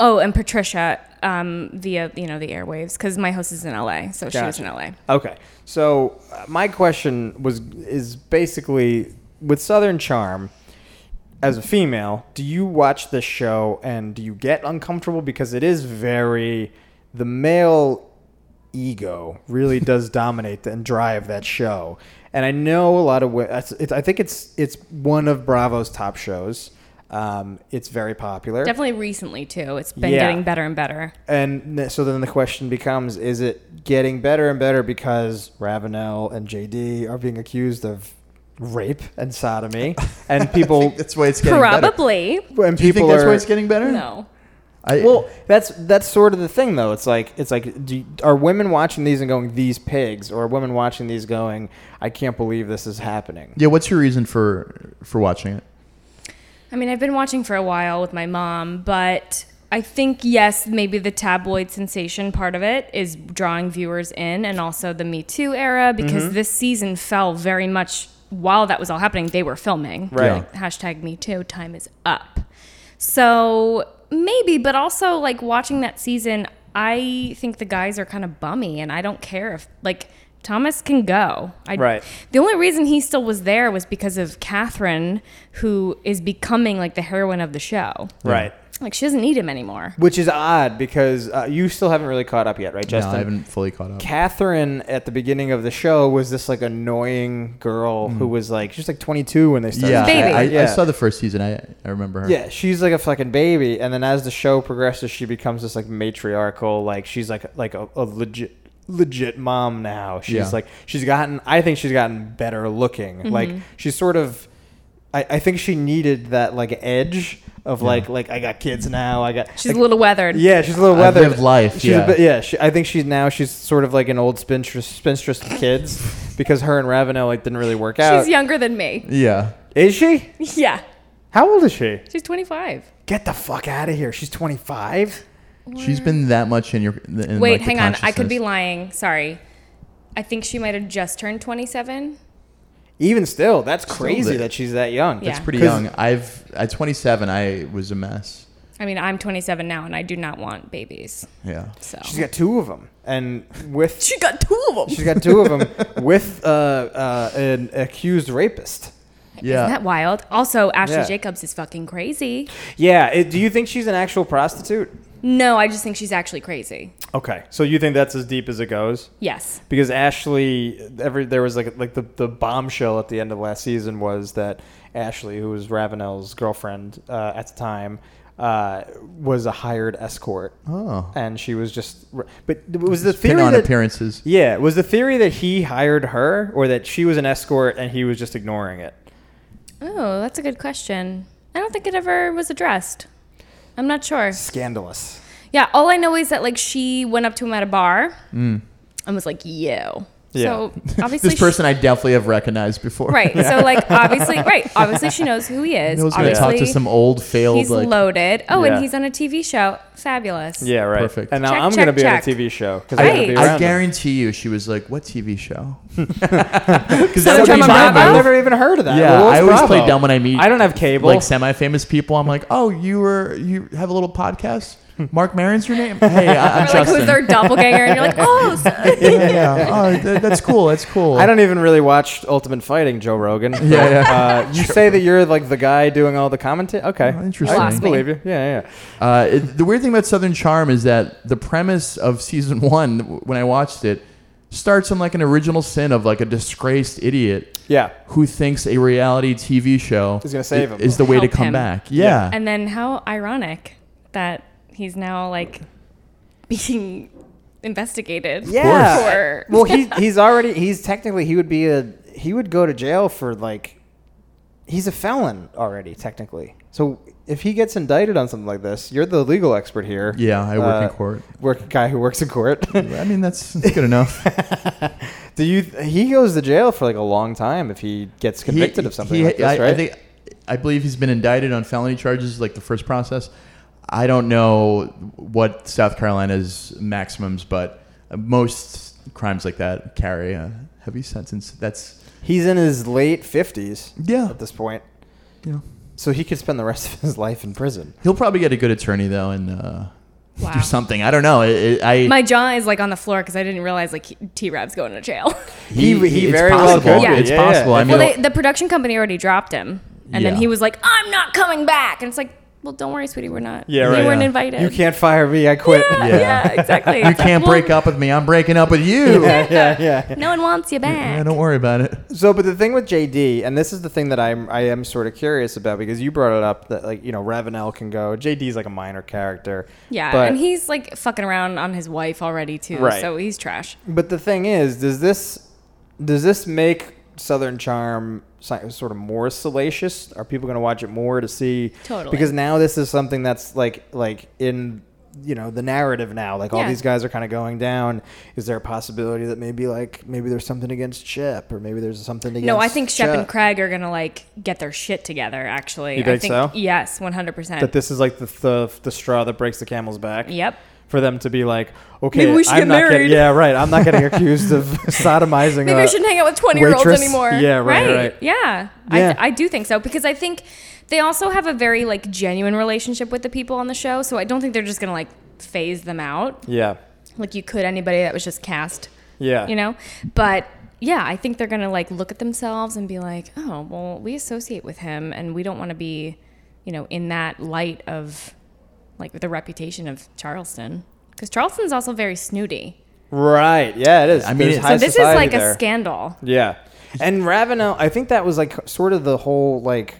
[SPEAKER 3] Oh, and Patricia um, via you know the airwaves because my host is in LA, so she was
[SPEAKER 1] Gotcha.
[SPEAKER 3] in LA.
[SPEAKER 1] Okay. So uh, my question was is basically with Southern Charm as a female, do you watch this show and do you get uncomfortable because it is very the male ego really does dominate and drive that show. And I know a lot of wo- that's it's I think it's it's one of Bravo's top shows. Um, it's very popular.
[SPEAKER 3] Definitely recently too. It's been
[SPEAKER 1] Yeah.
[SPEAKER 3] getting better and better.
[SPEAKER 1] And th- so then the question becomes: Is it getting better and better because Ravenel and JD are being accused of rape and sodomy, and people
[SPEAKER 2] That's why it's getting better.
[SPEAKER 3] Probably.
[SPEAKER 1] and
[SPEAKER 2] Do you
[SPEAKER 1] people
[SPEAKER 2] think that's
[SPEAKER 1] are
[SPEAKER 2] why it's getting better?
[SPEAKER 3] No.
[SPEAKER 2] I,
[SPEAKER 1] well, that's that's sort of the thing though. It's like it's like do you- are women watching these and going these pigs, or are women watching these going I can't believe this is happening?
[SPEAKER 2] yeah. What's your reason for for watching it?
[SPEAKER 3] I mean, I've been watching for a while with my mom, but I think yes, maybe the tabloid sensation part of it is drawing viewers in, and also the Me Too era because
[SPEAKER 2] Mm-hmm.
[SPEAKER 3] this season fell very much while that was all happening. They were filming,
[SPEAKER 1] Right.
[SPEAKER 3] Like, hashtag Me Too time is up. So maybe, but also like watching that season, I think the guys are kind of bummy, and I don't care if like. Thomas can go. I,
[SPEAKER 1] Right.
[SPEAKER 3] the only reason he still was there was because of Catherine, who is becoming like the heroine of the show.
[SPEAKER 1] Right.
[SPEAKER 3] Like she doesn't need him anymore.
[SPEAKER 1] Which is odd because uh, you still haven't really caught up yet, right,
[SPEAKER 2] No,
[SPEAKER 1] Justin?
[SPEAKER 2] I haven't fully caught up.
[SPEAKER 1] Catherine at the beginning of the show was this like annoying girl who was like she's like 22 when they started.
[SPEAKER 2] Hmm. Yeah,
[SPEAKER 3] Baby.
[SPEAKER 2] I, I,
[SPEAKER 1] yeah.
[SPEAKER 2] I saw the first season. I, I remember her.
[SPEAKER 1] Yeah, she's like a fucking baby, and then as the show progresses, she becomes this like matriarchal. Like she's like like a, a legit legit mom now. She's
[SPEAKER 2] Yeah.
[SPEAKER 1] like she's gotten. I think she's gotten better looking.
[SPEAKER 3] Mm-hmm.
[SPEAKER 1] Like she's sort of. I, I think she needed that like edge of like like I got kids now. I got
[SPEAKER 3] She's a little weathered.
[SPEAKER 1] yeah, she's a little
[SPEAKER 2] I've
[SPEAKER 1] weathered.
[SPEAKER 2] lived life,
[SPEAKER 1] She's
[SPEAKER 2] yeah.
[SPEAKER 1] a bit- yeah. She, I think she's now she's sort of like an old spinstress, spinstress to kids because her and Ravenel like didn't really work out.
[SPEAKER 3] She's younger than me.
[SPEAKER 2] Yeah.
[SPEAKER 1] Is she?
[SPEAKER 3] Yeah.
[SPEAKER 1] How old is she?
[SPEAKER 3] She's 25.
[SPEAKER 1] Get the fuck out of here. She's 25.
[SPEAKER 2] She's been that much in your. In
[SPEAKER 3] Wait,
[SPEAKER 2] like, the
[SPEAKER 3] hang on. I could be
[SPEAKER 2] consciousness.
[SPEAKER 3] lying. Sorry. I think she might have just turned 27.
[SPEAKER 1] Even still, that's crazy
[SPEAKER 2] there.
[SPEAKER 1] that she's that young.
[SPEAKER 3] Yeah.
[SPEAKER 1] That's
[SPEAKER 2] It's pretty
[SPEAKER 1] 'Cause-
[SPEAKER 2] young. I've at 27, I was a mess.
[SPEAKER 3] I mean, I'm 27 now, and I do not want babies.
[SPEAKER 2] Yeah.
[SPEAKER 3] So
[SPEAKER 1] She's got two of them, and with
[SPEAKER 3] She got two of them.
[SPEAKER 1] she's got two of them with uh, uh, an accused rapist.
[SPEAKER 2] Yeah.
[SPEAKER 3] Isn't that wild? Also, Ashley
[SPEAKER 1] Yeah.
[SPEAKER 3] Jacobs is fucking crazy.
[SPEAKER 1] Yeah, it, do you think she's an actual prostitute?
[SPEAKER 3] No, I just think she's actually crazy.
[SPEAKER 1] Okay, so you think that's as deep as it goes?
[SPEAKER 3] Yes.
[SPEAKER 1] because Ashley, every there was like like the, the bombshell at the end of last season was that Ashley, who was Ravenel's girlfriend uh, at the time, uh, was a hired escort,
[SPEAKER 2] Oh.
[SPEAKER 1] and she was just. But it was the
[SPEAKER 2] Pin
[SPEAKER 1] theory
[SPEAKER 2] on
[SPEAKER 1] that
[SPEAKER 2] appearances.
[SPEAKER 1] yeah was the theory that he hired her or that she was an escort and he was just ignoring it.
[SPEAKER 3] Oh, that's a good question. I don't think it ever was addressed. I'm not sure.
[SPEAKER 1] Scandalous.
[SPEAKER 3] Yeah, all I know is that like she went up to him at a bar and was like, "Yo." So obviously,
[SPEAKER 2] This person I definitely have recognized before.
[SPEAKER 3] she, right? So like obviously, right? Obviously, she knows who he is.
[SPEAKER 2] I was going to
[SPEAKER 3] obviously,
[SPEAKER 2] talk to some old failed
[SPEAKER 3] he's
[SPEAKER 2] like
[SPEAKER 3] loaded. Oh,
[SPEAKER 1] Yeah.
[SPEAKER 3] and he's on a TV show. Fabulous.
[SPEAKER 1] Yeah, right.
[SPEAKER 2] Perfect.
[SPEAKER 1] And now
[SPEAKER 3] Check,
[SPEAKER 1] I'm gonna
[SPEAKER 3] check,
[SPEAKER 1] be
[SPEAKER 3] check.
[SPEAKER 1] on a TV show because
[SPEAKER 3] Right.
[SPEAKER 1] I'm gonna be
[SPEAKER 3] I
[SPEAKER 1] around.
[SPEAKER 2] I
[SPEAKER 1] him.
[SPEAKER 2] guarantee you, she was like, "What TV show?" Because
[SPEAKER 3] So Drama
[SPEAKER 1] I've
[SPEAKER 3] Bravo?
[SPEAKER 1] never even heard of that.
[SPEAKER 2] Yeah,
[SPEAKER 1] Well, what's
[SPEAKER 2] I always
[SPEAKER 1] Bravo?
[SPEAKER 2] play dumb when I meet.
[SPEAKER 1] I don't have cable.
[SPEAKER 2] Like semi-famous people, I'm like, "Oh, you were you have a little podcast? Mark Maron's your name? Hey, I- I'm
[SPEAKER 3] Or, like
[SPEAKER 2] Justin.
[SPEAKER 3] who's their doppelganger? And you're like, "Oh, so-
[SPEAKER 2] yeah, yeah. Oh, th- that's cool. That's cool.
[SPEAKER 1] I don't even really watch Ultimate Fighting, Joe Rogan.
[SPEAKER 2] Yeah,
[SPEAKER 1] Uh, you say that you're like the guy doing all the commentary. Okay,
[SPEAKER 2] Oh, interesting.
[SPEAKER 1] I
[SPEAKER 3] Lost me.
[SPEAKER 1] believe you. Yeah, yeah.
[SPEAKER 2] Uh, it, the weird thing about Southern Charm is that the premise of season one, w- when I watched it, starts on like an original sin of like a disgraced idiot
[SPEAKER 1] Yeah.
[SPEAKER 2] who thinks a reality TV show
[SPEAKER 1] Is gonna save
[SPEAKER 2] i-
[SPEAKER 1] him.
[SPEAKER 2] is the way to
[SPEAKER 3] Help
[SPEAKER 2] come
[SPEAKER 3] him.
[SPEAKER 2] back. Yeah.
[SPEAKER 3] And then how ironic that he's now like being investigated.
[SPEAKER 1] Yeah.
[SPEAKER 3] For,
[SPEAKER 1] Well, he he's already he's technically he would be a he would go to jail for like he's a felon already technically. So if he gets indicted on something like this, you're the legal expert here. Uh,
[SPEAKER 2] Yeah, I work in court.
[SPEAKER 1] Work guy who works in court.
[SPEAKER 2] I mean, that's that's good enough.
[SPEAKER 1] Do you? He goes to jail for like a long time if he gets convicted of something
[SPEAKER 2] he-
[SPEAKER 1] like this,
[SPEAKER 2] I,
[SPEAKER 1] right?
[SPEAKER 2] I think I believe he's been indicted on felony charges, like the first process. I don't know what South Carolina's maximums, but uh, most crimes like that carry a heavy sentence. That's
[SPEAKER 1] He's in his late fifties.
[SPEAKER 2] Yeah.
[SPEAKER 1] At this point,
[SPEAKER 2] you know.
[SPEAKER 1] so he could spend the rest of his life in prison.
[SPEAKER 2] He'll probably get a good attorney though, and uh,
[SPEAKER 3] Wow.
[SPEAKER 2] do something. I don't know. It, it, I
[SPEAKER 3] My jaw is like on the floor because I didn't realize like T Reb's going to jail.
[SPEAKER 1] He- he very well
[SPEAKER 2] possible.
[SPEAKER 3] could be.
[SPEAKER 2] It's
[SPEAKER 1] Yeah, yeah.
[SPEAKER 2] possible. I
[SPEAKER 1] Well,
[SPEAKER 2] mean,
[SPEAKER 3] well, they, the production company already dropped him, and
[SPEAKER 2] Yeah.
[SPEAKER 3] then he was like, "I'm not coming back," and it's like, "Well, don't worry, sweetie, we're not.
[SPEAKER 1] Yeah,
[SPEAKER 3] you
[SPEAKER 1] right.
[SPEAKER 3] weren't
[SPEAKER 2] Yeah.
[SPEAKER 3] invited.
[SPEAKER 1] You can't fire me. I quit.
[SPEAKER 3] Yeah,
[SPEAKER 2] Yeah.
[SPEAKER 3] yeah. exactly.
[SPEAKER 2] you can't break up with me. I'm breaking up with you. Yeah,
[SPEAKER 1] yeah, yeah.
[SPEAKER 3] No one wants you back.
[SPEAKER 2] don't worry about it.
[SPEAKER 1] So, but the thing with JD, and this is the thing that I'm, I am sort of curious about because you brought it up that like you know Ravenel can go. JD's like a minor character.
[SPEAKER 3] yeah,
[SPEAKER 1] but,
[SPEAKER 3] and he's like fucking around on his wife already too,
[SPEAKER 1] Right.
[SPEAKER 3] so he's trash.
[SPEAKER 1] But the thing is, does this does this make Southern Charm si- sort of more salacious? Are people going to watch it more to see?
[SPEAKER 3] Totally.
[SPEAKER 1] Because now this is something that's like like in you know the narrative now. Like all
[SPEAKER 3] Yeah.
[SPEAKER 1] these guys are kind of going down. Is there a possibility that maybe like maybe there's something against Shep or maybe there's something against?
[SPEAKER 3] No, I think Shep and Craig are gonna like get their shit together. Actually,
[SPEAKER 1] You
[SPEAKER 3] I
[SPEAKER 1] think
[SPEAKER 3] think
[SPEAKER 1] so?
[SPEAKER 3] yes, one hundred
[SPEAKER 1] That
[SPEAKER 3] percent.
[SPEAKER 1] this is like the, the the straw that breaks the camel's back.
[SPEAKER 3] Yep.
[SPEAKER 1] For them to be like, okay,
[SPEAKER 3] we should
[SPEAKER 1] I'm
[SPEAKER 3] get
[SPEAKER 1] not getting-
[SPEAKER 3] married.
[SPEAKER 1] yeah, right. I'm not getting accused of sodomizing.
[SPEAKER 3] Maybe
[SPEAKER 1] a-
[SPEAKER 3] I shouldn't hang out with 20 year olds
[SPEAKER 1] waitress?
[SPEAKER 3] anymore.
[SPEAKER 1] Yeah, right, right.
[SPEAKER 3] Yeah.
[SPEAKER 1] Yeah.
[SPEAKER 3] I, I do think so because I think they also have a very like genuine relationship with the people on the show. So I don't think they're just going to like phase them out
[SPEAKER 1] Yeah.
[SPEAKER 3] like you could anybody that was just cast,
[SPEAKER 1] Yeah.
[SPEAKER 3] you know? But yeah, I think they're going to like look at themselves and be like, oh, well, we associate with him and we don't want to be, you know, in that light of like the reputation of Charleston. Because Charleston's also very snooty.
[SPEAKER 1] Right. Yeah, it is.
[SPEAKER 2] I mean,
[SPEAKER 1] There's
[SPEAKER 2] it's-
[SPEAKER 1] high
[SPEAKER 3] So this is
[SPEAKER 1] society
[SPEAKER 3] like
[SPEAKER 1] there.
[SPEAKER 3] a scandal.
[SPEAKER 1] Yeah. And Ravenel, I think that was like sort of the whole like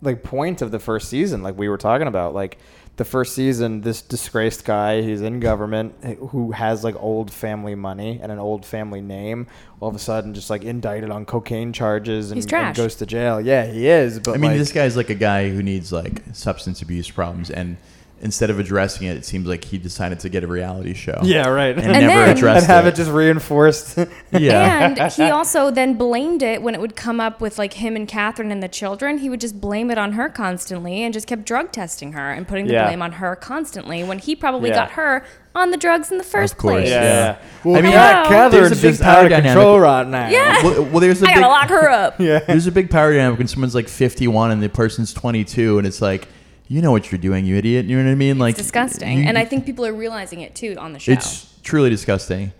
[SPEAKER 1] like point of the first season, like we were talking about. Like the first season, this disgraced guy who's in government who has like old family money and an old family name, all of a sudden just like indicted on cocaine charges and,
[SPEAKER 3] He's
[SPEAKER 1] and
[SPEAKER 3] trash.
[SPEAKER 1] goes to jail. Yeah, he is. But
[SPEAKER 2] I mean,
[SPEAKER 1] like,
[SPEAKER 2] this guy's like a guy who needs like substance abuse problems, and instead of addressing it, it seems like he decided to get a reality show.
[SPEAKER 1] Yeah, right.
[SPEAKER 2] And,
[SPEAKER 1] And,
[SPEAKER 2] never
[SPEAKER 3] then-
[SPEAKER 2] addressed
[SPEAKER 1] have
[SPEAKER 2] it.
[SPEAKER 1] it just reinforced.
[SPEAKER 2] yeah.
[SPEAKER 3] And he also then blamed it when it would come up with like him and Catherine and the children. He would just blame it on her constantly and just kept drug testing her and putting the
[SPEAKER 1] Yeah.
[SPEAKER 3] blame on her constantly when he probably
[SPEAKER 1] Yeah.
[SPEAKER 3] got her on the drugs in the first
[SPEAKER 2] course,
[SPEAKER 3] place.
[SPEAKER 1] yeah.
[SPEAKER 2] Yeah.
[SPEAKER 1] Well,
[SPEAKER 2] I mean,
[SPEAKER 3] Hello.
[SPEAKER 2] there's a
[SPEAKER 1] Catherine's
[SPEAKER 2] big
[SPEAKER 1] just out
[SPEAKER 2] power
[SPEAKER 1] of
[SPEAKER 2] dynamic.
[SPEAKER 1] control right now.
[SPEAKER 3] Yeah.
[SPEAKER 2] Well, well, there's a
[SPEAKER 3] I
[SPEAKER 2] big,
[SPEAKER 3] gotta lock her up.
[SPEAKER 2] there's a big power dynamic when someone's like 51 and the person's 22, and it's like, you know what you're doing, you idiot. You know what I mean? Like
[SPEAKER 3] Disgusting.
[SPEAKER 2] you-
[SPEAKER 3] and I think people are realizing it too on the show.
[SPEAKER 2] It's truly disgusting.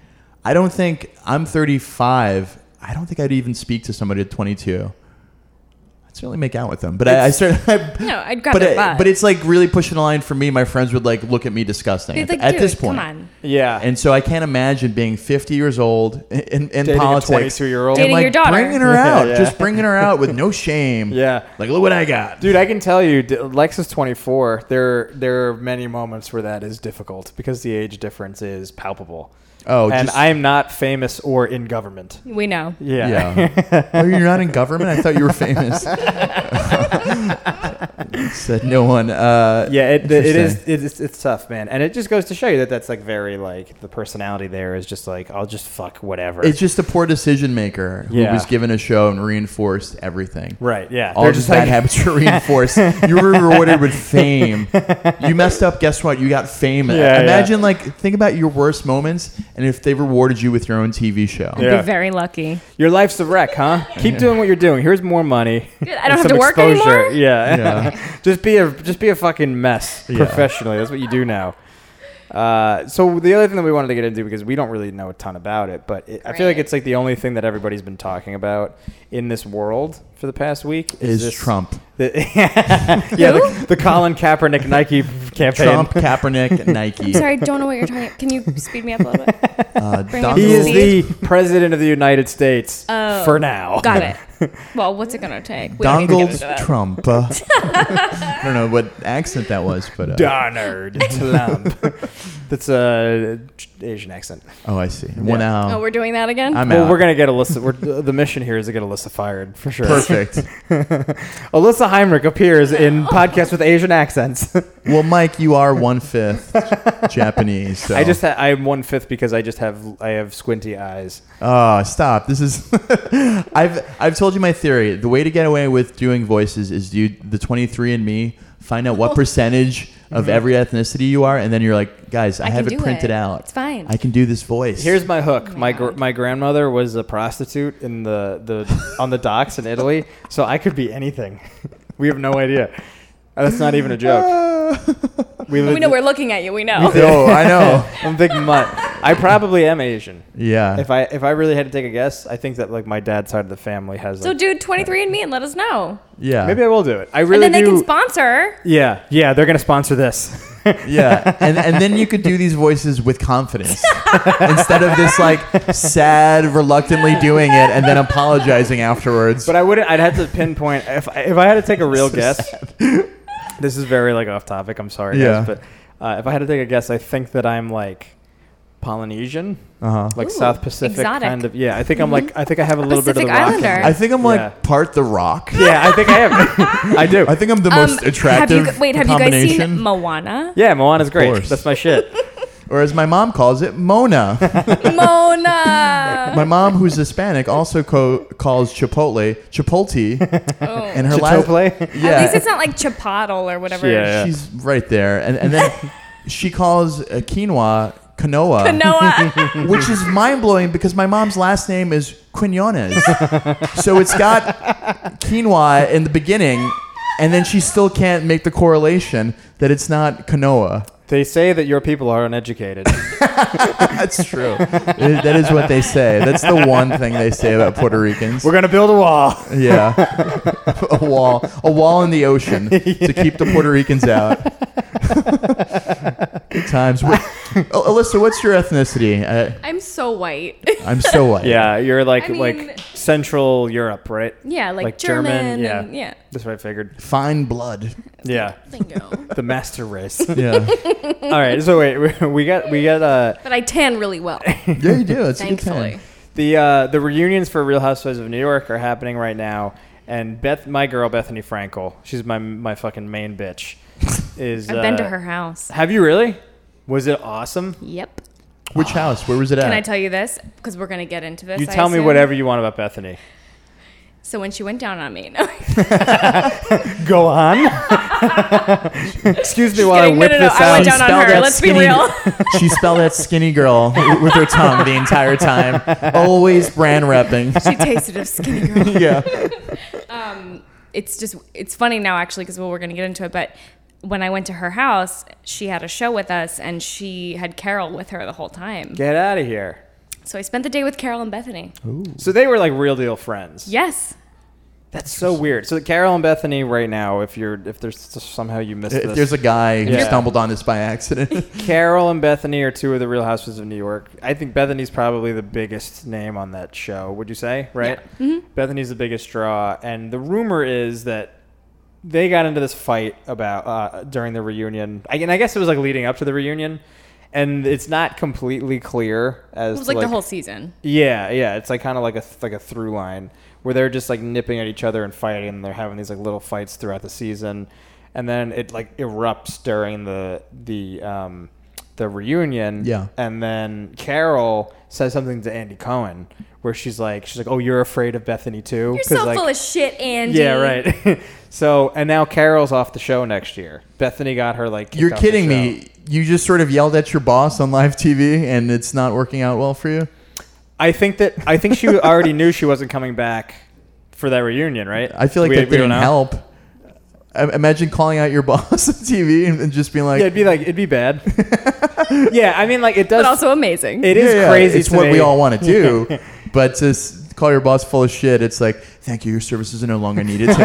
[SPEAKER 2] I don't think I'm 35. I don't think I'd even speak to somebody at 22. I'd certainly make out with them, but I, I certainly.
[SPEAKER 3] no, I'd grab
[SPEAKER 2] But,
[SPEAKER 3] their
[SPEAKER 2] I,
[SPEAKER 3] butt.
[SPEAKER 2] but it's like really pushing the line for me. My friends would like look at me disgusting
[SPEAKER 3] It's
[SPEAKER 2] at,
[SPEAKER 3] like,
[SPEAKER 2] at
[SPEAKER 3] dude,
[SPEAKER 2] this point.
[SPEAKER 3] Come on.
[SPEAKER 1] Yeah.
[SPEAKER 2] And so I can't imagine being 50 years old in, in, in
[SPEAKER 1] Dating a
[SPEAKER 2] politics.
[SPEAKER 1] 22-year-old.
[SPEAKER 2] and,
[SPEAKER 3] Dating
[SPEAKER 2] like,
[SPEAKER 3] your daughter.
[SPEAKER 2] Bringing her
[SPEAKER 1] Yeah,
[SPEAKER 2] out.
[SPEAKER 1] yeah.
[SPEAKER 2] Just bringing her out with no shame.
[SPEAKER 1] Yeah.
[SPEAKER 2] Like, look what I got.
[SPEAKER 1] Dude, I can tell you, d- Lexus 24. There, there are many moments where that is difficult because the age difference is palpable.
[SPEAKER 2] Oh,
[SPEAKER 1] and
[SPEAKER 2] just-
[SPEAKER 1] I am not famous or in government.
[SPEAKER 3] We know.
[SPEAKER 1] Yeah,
[SPEAKER 2] Yeah. oh, you're not in government? I thought you were famous. Said no one. Uh,
[SPEAKER 1] Yeah, it, it
[SPEAKER 2] Interesting.
[SPEAKER 1] is. It's, it's tough, man, and it just goes to show you that that's like very like the personality there is just like I'll just fuck whatever.
[SPEAKER 2] It's just a poor decision maker who
[SPEAKER 1] Yeah.
[SPEAKER 2] was given a show and reinforced everything.
[SPEAKER 1] right. Yeah,
[SPEAKER 2] All
[SPEAKER 1] they're
[SPEAKER 2] just bad habits were reinforced. you were rewarded with fame. You messed up. Guess what? You got fame.
[SPEAKER 1] Yeah,
[SPEAKER 2] Imagine like think about your worst moments, and if they rewarded you with your own TV show.
[SPEAKER 1] Yeah.
[SPEAKER 3] Be very lucky.
[SPEAKER 1] Your life's a wreck, huh? Keep doing what you're doing. Here's more money.
[SPEAKER 3] I don't
[SPEAKER 1] and
[SPEAKER 3] have
[SPEAKER 1] some
[SPEAKER 3] to work anymore?
[SPEAKER 1] Yeah.
[SPEAKER 2] Yeah.
[SPEAKER 1] just be a just be a fucking mess
[SPEAKER 2] Yeah.
[SPEAKER 1] professionally. That's what you do now. Uh, so the other thing that we wanted to get into because we don't really know a ton about it, but it, I feel like
[SPEAKER 3] Right.
[SPEAKER 1] it's like the only thing that everybody's been talking about in this world for the past week
[SPEAKER 2] Is
[SPEAKER 1] this-
[SPEAKER 2] Trump,
[SPEAKER 1] The, yeah, the, the Colin Kaepernick Nike campaign.
[SPEAKER 2] Trump, Kaepernick, Nike?
[SPEAKER 3] Sorry, I don't know what you're talking Can you speed me up a little bit?
[SPEAKER 2] Uh,
[SPEAKER 3] Bring
[SPEAKER 2] Donald-
[SPEAKER 3] it
[SPEAKER 1] He
[SPEAKER 3] to
[SPEAKER 1] is the president of the United States
[SPEAKER 3] Oh.
[SPEAKER 1] for now.
[SPEAKER 3] Got it. Well, what's it gonna take? We don't need to get into
[SPEAKER 2] Donald
[SPEAKER 3] that.
[SPEAKER 2] Trump. Uh, I don't know what accent that was, but uh,
[SPEAKER 1] Donald Trump. That's a Asian accent.
[SPEAKER 2] oh, I see. One out.
[SPEAKER 3] Oh, we're doing that again.
[SPEAKER 2] I'm
[SPEAKER 1] well,
[SPEAKER 2] out.
[SPEAKER 1] we're gonna get Alyssa. We're, the mission here is to get Alyssa fired for sure.
[SPEAKER 2] Perfect.
[SPEAKER 1] Alyssa Heinrich appears in podcasts with Asian accents.
[SPEAKER 2] well, Mike, you are one fifth Japanese. So.
[SPEAKER 1] I just ha- I'm one fifth because I just have I have squinty eyes.
[SPEAKER 2] oh, stop. This is. I've I've told you my theory. The way to get away with doing voices is do the twenty three and Me. Find
[SPEAKER 3] Oh.
[SPEAKER 2] out what percentage of every ethnicity you are, and then you're like, guys, I,
[SPEAKER 3] Mm-hmm. I can
[SPEAKER 2] have it
[SPEAKER 3] do
[SPEAKER 2] printed
[SPEAKER 3] it.
[SPEAKER 2] out.
[SPEAKER 3] It's fine.
[SPEAKER 2] I can do this voice.
[SPEAKER 1] Here's my hook. My gr- my grandmother was a prostitute in the, the on the docks in Italy, so I could be anything. we have no idea. Uh, That's not even a joke.
[SPEAKER 3] we know we're looking at you. We know.
[SPEAKER 2] oh, I know.
[SPEAKER 1] I'm a big mutt. I probably am Asian.
[SPEAKER 2] Yeah.
[SPEAKER 1] If I if I really had to take a guess, I think that like my dad's side of the family has.
[SPEAKER 3] So
[SPEAKER 1] Like,
[SPEAKER 3] do 23 and me and let us know.
[SPEAKER 2] yeah.
[SPEAKER 1] maybe I will do it. I really
[SPEAKER 3] and then
[SPEAKER 1] do.
[SPEAKER 3] they can sponsor.
[SPEAKER 1] yeah, yeah, they're gonna sponsor this.
[SPEAKER 2] Yeah, and and then you could do these voices with confidence instead of this like sad, reluctantly doing it and then apologizing afterwards.
[SPEAKER 1] But I wouldn't. I'd have to pinpoint if I- if I had to take a real
[SPEAKER 2] So
[SPEAKER 1] guess. this is very like off topic. I'm sorry,
[SPEAKER 2] Yeah.
[SPEAKER 1] guys, but uh, if I had to take a guess, I think that I'm like Polynesian,
[SPEAKER 2] uh-huh.
[SPEAKER 1] like
[SPEAKER 3] Ooh,
[SPEAKER 1] South Pacific
[SPEAKER 3] exotic.
[SPEAKER 1] kind of. Yeah, I think I'm like I think I have a little
[SPEAKER 3] Pacific
[SPEAKER 1] bit of the rock in
[SPEAKER 3] Islander.
[SPEAKER 1] me.
[SPEAKER 2] I think I'm like
[SPEAKER 1] Yeah.
[SPEAKER 2] part the rock.
[SPEAKER 1] yeah, I think I am. I do.
[SPEAKER 2] I think I'm the most attractive.
[SPEAKER 3] Um, Have you, wait, have you guys
[SPEAKER 2] combination.
[SPEAKER 3] seen Moana?
[SPEAKER 1] yeah, Moana's great.
[SPEAKER 2] course.
[SPEAKER 1] That's my shit.
[SPEAKER 2] Or as my mom calls it, Mona.
[SPEAKER 3] Mona.
[SPEAKER 2] my mom, who's Hispanic, also co- calls Chipotle Chipotle,
[SPEAKER 3] Oh.
[SPEAKER 2] and her last
[SPEAKER 1] Chipotle.
[SPEAKER 2] yeah.
[SPEAKER 3] At least it's not like Chipotle or whatever.
[SPEAKER 1] Yeah.
[SPEAKER 2] she's right there, and and then she calls uh, quinoa quinoa.
[SPEAKER 3] Noah.
[SPEAKER 2] Mm-hmm. which is mind blowing because my mom's last name is Quinones. so it's got quinoa in the beginning, and then she still can't make the correlation that it's not quinoa.
[SPEAKER 1] They say that your people are uneducated.
[SPEAKER 2] That's true. that is what they say. That's the one thing they say about Puerto Ricans.
[SPEAKER 1] We're gonna build a wall.
[SPEAKER 2] yeah, a wall, a wall in the ocean to keep the Puerto Ricans out. Good times. Wait, Al- Alyssa, what's your ethnicity? I,
[SPEAKER 3] I'm so white.
[SPEAKER 2] I'm so white.
[SPEAKER 1] Yeah, you're like
[SPEAKER 3] I mean-
[SPEAKER 1] like Central Europe, right?
[SPEAKER 3] yeah, like,
[SPEAKER 1] Like German,
[SPEAKER 3] German.
[SPEAKER 1] yeah.
[SPEAKER 3] And, yeah.
[SPEAKER 1] That's what I figured.
[SPEAKER 2] Fine blood.
[SPEAKER 1] Yeah,
[SPEAKER 3] Bingo.
[SPEAKER 1] the master race.
[SPEAKER 2] Yeah.
[SPEAKER 1] All right, so wait, we- we got we got uh
[SPEAKER 3] But I tan really well,
[SPEAKER 2] Yeah, you do. It's a
[SPEAKER 3] thankfully.
[SPEAKER 2] good
[SPEAKER 1] the uh, the reunions for Real Housewives of New York are happening right now, and Beth, my girl Bethany Frankel, she's my my fucking main bitch. is.
[SPEAKER 3] I've been to
[SPEAKER 1] uh,
[SPEAKER 3] her house.
[SPEAKER 1] Have you really? Was it awesome?
[SPEAKER 3] Yep.
[SPEAKER 2] Which house? Where was it at?
[SPEAKER 3] Can I tell you this? Because we're gonna get into this.
[SPEAKER 1] You
[SPEAKER 3] I
[SPEAKER 1] tell me
[SPEAKER 3] assume.
[SPEAKER 1] whatever you want about Bethany.
[SPEAKER 3] So when she went down on me, no,
[SPEAKER 1] Go on. Excuse me while I
[SPEAKER 3] kidding. No,
[SPEAKER 1] whip
[SPEAKER 3] no, no,
[SPEAKER 1] this
[SPEAKER 3] I
[SPEAKER 1] out.
[SPEAKER 3] went down on
[SPEAKER 2] Spell
[SPEAKER 3] her,
[SPEAKER 2] Oh, that
[SPEAKER 3] let's be
[SPEAKER 2] skinny-
[SPEAKER 3] real.
[SPEAKER 2] she spelled that skinny girl with her tongue the entire time. Always brand repping.
[SPEAKER 3] she tasted of skinny girl. Um,
[SPEAKER 2] Yeah.
[SPEAKER 3] it's just it's funny now actually because well we're gonna get into it but when i went to her house she had a show with us and she had carol with her the whole time
[SPEAKER 1] Get out of here.
[SPEAKER 3] so i spent the day with carol and bethany
[SPEAKER 1] So they were like real deal friends.
[SPEAKER 3] yes
[SPEAKER 1] That's so weird. So Carol and Bethany right now, if you're if there's somehow you missed
[SPEAKER 2] If
[SPEAKER 1] this,
[SPEAKER 2] there's a guy who
[SPEAKER 1] Yeah.
[SPEAKER 2] stumbled on this by accident,
[SPEAKER 1] Carol and Bethany are two of the Real Houses of New York. I think Bethany's probably the biggest name on that show. Would you say? Right.
[SPEAKER 2] Mm-hmm.
[SPEAKER 3] Mm-hmm.
[SPEAKER 1] Bethany's the biggest draw, and the rumor is that they got into this fight about uh, during the reunion. I, and I guess it was like leading up to the reunion, and it's not completely clear as
[SPEAKER 3] it was
[SPEAKER 1] to,
[SPEAKER 3] like, the whole season
[SPEAKER 1] Yeah, yeah. It's like kind of like a like a through line where they're just like nipping at each other and fighting. And they're having these like little fights throughout the season, and then it like erupts during the the um, the reunion.
[SPEAKER 2] Yeah.
[SPEAKER 1] And then Carol says something to Andy Cohen where she's like, she's like, "Oh, you're afraid of Bethany too."
[SPEAKER 3] you're
[SPEAKER 1] 'Cause,
[SPEAKER 3] so
[SPEAKER 1] like,
[SPEAKER 3] full of shit andy
[SPEAKER 1] Yeah, right. so and now Carol's off the show next year. Bethany got her like. kicked
[SPEAKER 2] you're
[SPEAKER 1] off the
[SPEAKER 2] kidding
[SPEAKER 1] show.
[SPEAKER 2] me. You just sort of yelled at your boss on live TV and it's not working out well for you?
[SPEAKER 1] I think that I think she already knew she wasn't coming back for that reunion, right?
[SPEAKER 2] I feel like
[SPEAKER 1] We-
[SPEAKER 2] that
[SPEAKER 1] we don't
[SPEAKER 2] didn't
[SPEAKER 1] know?
[SPEAKER 2] help. I, imagine calling out your boss on TV and, and just being like,
[SPEAKER 1] Yeah, it'd be like it'd be bad. yeah, I mean, like it does.
[SPEAKER 3] but also amazing
[SPEAKER 1] it is
[SPEAKER 2] Yeah, yeah,
[SPEAKER 1] crazy.
[SPEAKER 2] It's
[SPEAKER 1] to
[SPEAKER 2] what
[SPEAKER 1] me.
[SPEAKER 2] we all want to do. but to s- call your boss full of shit, it's like, thank you, your services are no longer needed.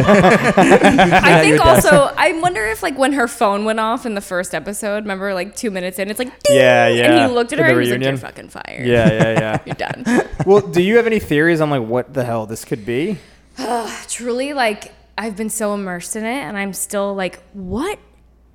[SPEAKER 3] i think
[SPEAKER 2] you're done.
[SPEAKER 3] also i wonder if like when her phone went off in the first episode remember like two minutes in it's like ding,
[SPEAKER 1] Yeah, yeah.
[SPEAKER 3] and he looked at
[SPEAKER 1] In
[SPEAKER 3] her
[SPEAKER 1] the
[SPEAKER 3] and he's like
[SPEAKER 1] reunion.
[SPEAKER 3] you're fucking fired
[SPEAKER 1] Yeah, yeah, yeah.
[SPEAKER 3] you're done
[SPEAKER 1] well, do you have any theories on like what the hell this could be?
[SPEAKER 3] truly like I've been so immersed in it and I'm still like what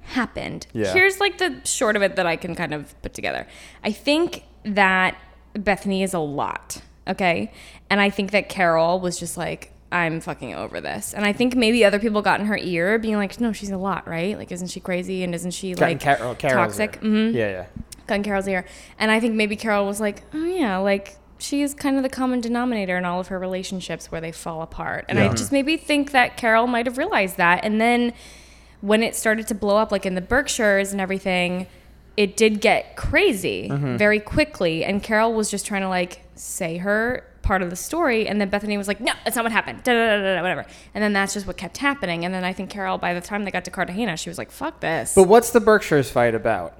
[SPEAKER 3] happened?
[SPEAKER 1] Yeah.
[SPEAKER 3] Here's like the short of it that I can kind of put together. I think that Bethany is a lot, okay? And I think that Carol was just like I'm fucking over this. And I think maybe other people got in her ear being like no, she's a lot, right? Like isn't she crazy and isn't she
[SPEAKER 1] Got in
[SPEAKER 3] like
[SPEAKER 1] Carol- oh, Carol's
[SPEAKER 3] toxic?
[SPEAKER 1] ear.
[SPEAKER 3] Mhm
[SPEAKER 1] Yeah, yeah.
[SPEAKER 3] gun Carol's ear. And I think maybe Carol was like, oh yeah, like she is kind of the common denominator in all of her relationships where they fall apart. And I just maybe think that Carol might have realized that. And then when it started to blow up, like in the Berkshires and everything, it did get crazy very quickly. And Carol was just trying to like say her part of the story. And then Bethany was like, no, that's not what happened. Da, da, da, da, da, whatever. And then that's just what kept happening. And then I think Carol, by the time they got to Cartagena, she was like, fuck this.
[SPEAKER 1] But what's the Berkshire's fight about?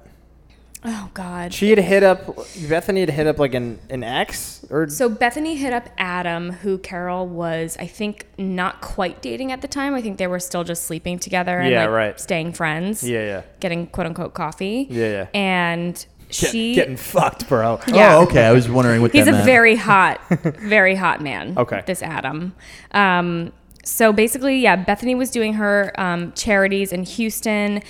[SPEAKER 3] oh, God.
[SPEAKER 1] She had hit up Bethany had hit up like an an ex or
[SPEAKER 3] So Bethany hit up Adam, who Carol was, I think, not quite dating at the time. I think they were still just sleeping together and
[SPEAKER 1] Yeah,
[SPEAKER 3] like,
[SPEAKER 1] right.
[SPEAKER 3] staying friends.
[SPEAKER 1] yeah, yeah,
[SPEAKER 3] Getting quote unquote coffee.
[SPEAKER 1] Yeah, yeah.
[SPEAKER 3] And
[SPEAKER 1] Get-
[SPEAKER 3] she
[SPEAKER 1] getting fucked, bro.
[SPEAKER 3] Yeah.
[SPEAKER 2] Oh, okay. I was wondering what
[SPEAKER 3] He's
[SPEAKER 2] that
[SPEAKER 3] a
[SPEAKER 2] meant.
[SPEAKER 3] very hot, very hot man.
[SPEAKER 1] Okay.
[SPEAKER 3] This Adam. Um, so basically, yeah, Bethany was doing her um, charities in Houston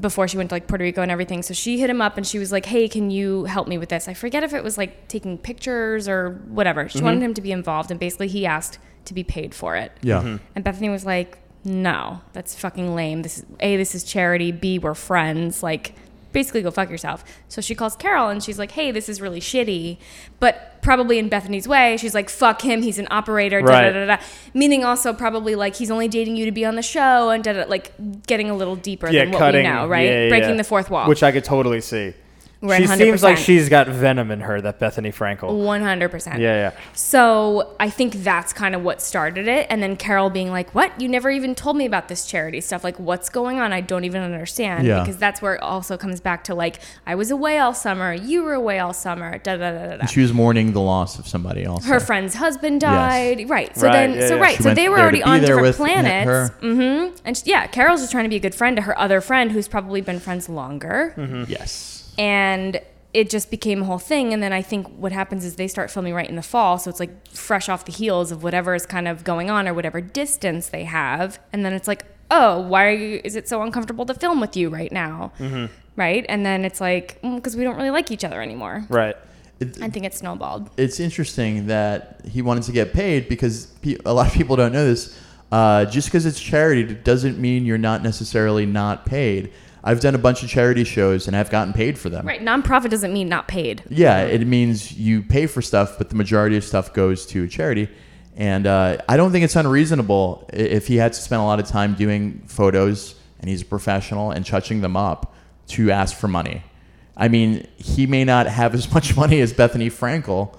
[SPEAKER 3] before she went to like Puerto Rico and everything. So she hit him up and she was like, "Hey, can you help me with this?" I forget if it was like taking pictures or whatever. She wanted him to be involved, and basically he asked to be paid for it.
[SPEAKER 2] yeah.
[SPEAKER 1] Mm-hmm.
[SPEAKER 3] And Bethany was like, "No, that's fucking lame. This is a. This is charity. B. We're friends. Like, basically, go fuck yourself." So she calls Carol and she's like, "Hey, this is really shitty," but probably in Bethany's way, she's like, "Fuck him. He's an operator." Da,
[SPEAKER 1] Right.
[SPEAKER 3] da, da, da. Meaning also probably like he's only dating you to be on the show and da, da, like getting a little deeper
[SPEAKER 1] Yeah,
[SPEAKER 3] than what
[SPEAKER 1] cutting.
[SPEAKER 3] we know, right?
[SPEAKER 1] yeah, yeah,
[SPEAKER 3] Breaking
[SPEAKER 1] yeah.
[SPEAKER 3] the fourth wall,
[SPEAKER 1] which I could totally see.
[SPEAKER 3] We're
[SPEAKER 1] she seems like
[SPEAKER 3] 100%.
[SPEAKER 1] she's got venom in her. That Bethany Frankel.
[SPEAKER 3] one hundred percent.
[SPEAKER 1] Yeah, yeah.
[SPEAKER 3] So I think that's kind of what started it. And then Carol being like, What? You never even told me about this charity stuff. Like, what's going on? I don't even understand.
[SPEAKER 2] Yeah.
[SPEAKER 3] Because that's where it also comes back to like, I was away all summer. You were away all summer. Da da da da. da.
[SPEAKER 2] She was mourning the loss of somebody else.
[SPEAKER 3] Her friend's husband died. Right. So
[SPEAKER 1] Right,
[SPEAKER 3] then,
[SPEAKER 1] yeah,
[SPEAKER 3] so
[SPEAKER 1] yeah.
[SPEAKER 3] right.
[SPEAKER 2] She
[SPEAKER 3] so
[SPEAKER 2] went
[SPEAKER 3] they were
[SPEAKER 2] there to
[SPEAKER 3] already
[SPEAKER 2] be
[SPEAKER 3] on
[SPEAKER 2] there
[SPEAKER 3] different
[SPEAKER 2] with her.
[SPEAKER 3] planets. hmm And she, yeah, Carol's just trying to be a good friend to her other friend who's probably been friends
[SPEAKER 2] Hmm.
[SPEAKER 3] longer
[SPEAKER 1] Mm-hmm.
[SPEAKER 2] Yes.
[SPEAKER 3] and it just became a whole thing and then i think what happens is they start filming right in the fall so it's like fresh off the heels of whatever is kind of going on or whatever distance they have and then it's like oh why are you is it so uncomfortable to film with you right now right and then it's like because we don't really like each other anymore
[SPEAKER 1] Right.
[SPEAKER 3] i think it snowballed
[SPEAKER 2] It's interesting that he wanted to get paid because pe- a lot of people don't know this. Uh, just because it's charity doesn't mean you're not necessarily not paid. I've done a bunch of charity shows and I've gotten paid for them.
[SPEAKER 3] Right. Nonprofit doesn't mean not paid.
[SPEAKER 2] Yeah, it means you pay for stuff, but the majority of stuff goes to charity. And uh, I don't think it's unreasonable i- if he had to spend a lot of time doing photos and he's a professional and touching them up to ask for money. I mean, he may not have as much money as Bethany Frankel,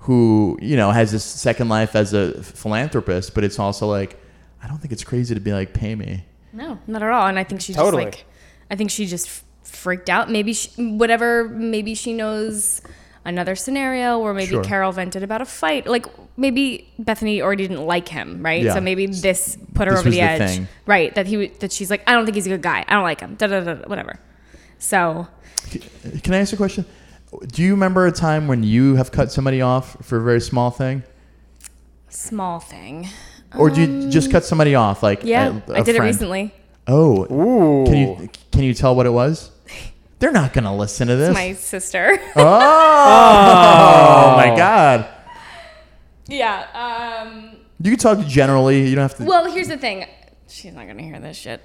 [SPEAKER 2] who, you know, has this second life as a philanthropist, but it's also like, I don't think it's crazy to be like, pay me.
[SPEAKER 3] No, not at all. And I think she
[SPEAKER 1] Totally.
[SPEAKER 3] just like, I think she just f- freaked out. Maybe she, whatever. Maybe she knows another scenario, or maybe
[SPEAKER 2] Sure.
[SPEAKER 3] Carol vented about a fight. Like maybe Bethany already didn't like him, right?
[SPEAKER 2] Yeah.
[SPEAKER 3] So maybe this put her
[SPEAKER 2] This
[SPEAKER 3] over
[SPEAKER 2] was
[SPEAKER 3] the
[SPEAKER 2] the
[SPEAKER 3] edge,
[SPEAKER 2] thing.
[SPEAKER 3] right? That he w- that she's like, I don't think he's a good guy. I don't like him. Da da da. da, Whatever. So
[SPEAKER 2] Can I ask a question? Do you remember a time when you have cut somebody off for a very small thing?
[SPEAKER 3] small thing. Um,
[SPEAKER 2] or do you just cut somebody off like
[SPEAKER 3] Yeah,
[SPEAKER 2] a-
[SPEAKER 3] I
[SPEAKER 2] a
[SPEAKER 3] did it
[SPEAKER 2] friend?
[SPEAKER 3] recently.
[SPEAKER 2] oh
[SPEAKER 1] Ooh.
[SPEAKER 2] can you can you tell what it was they're not gonna listen to this
[SPEAKER 3] It's my sister.
[SPEAKER 2] oh, my god
[SPEAKER 3] yeah. Um,
[SPEAKER 2] you can talk generally you don't have to
[SPEAKER 3] Well, here's the thing. She's not gonna hear this shit.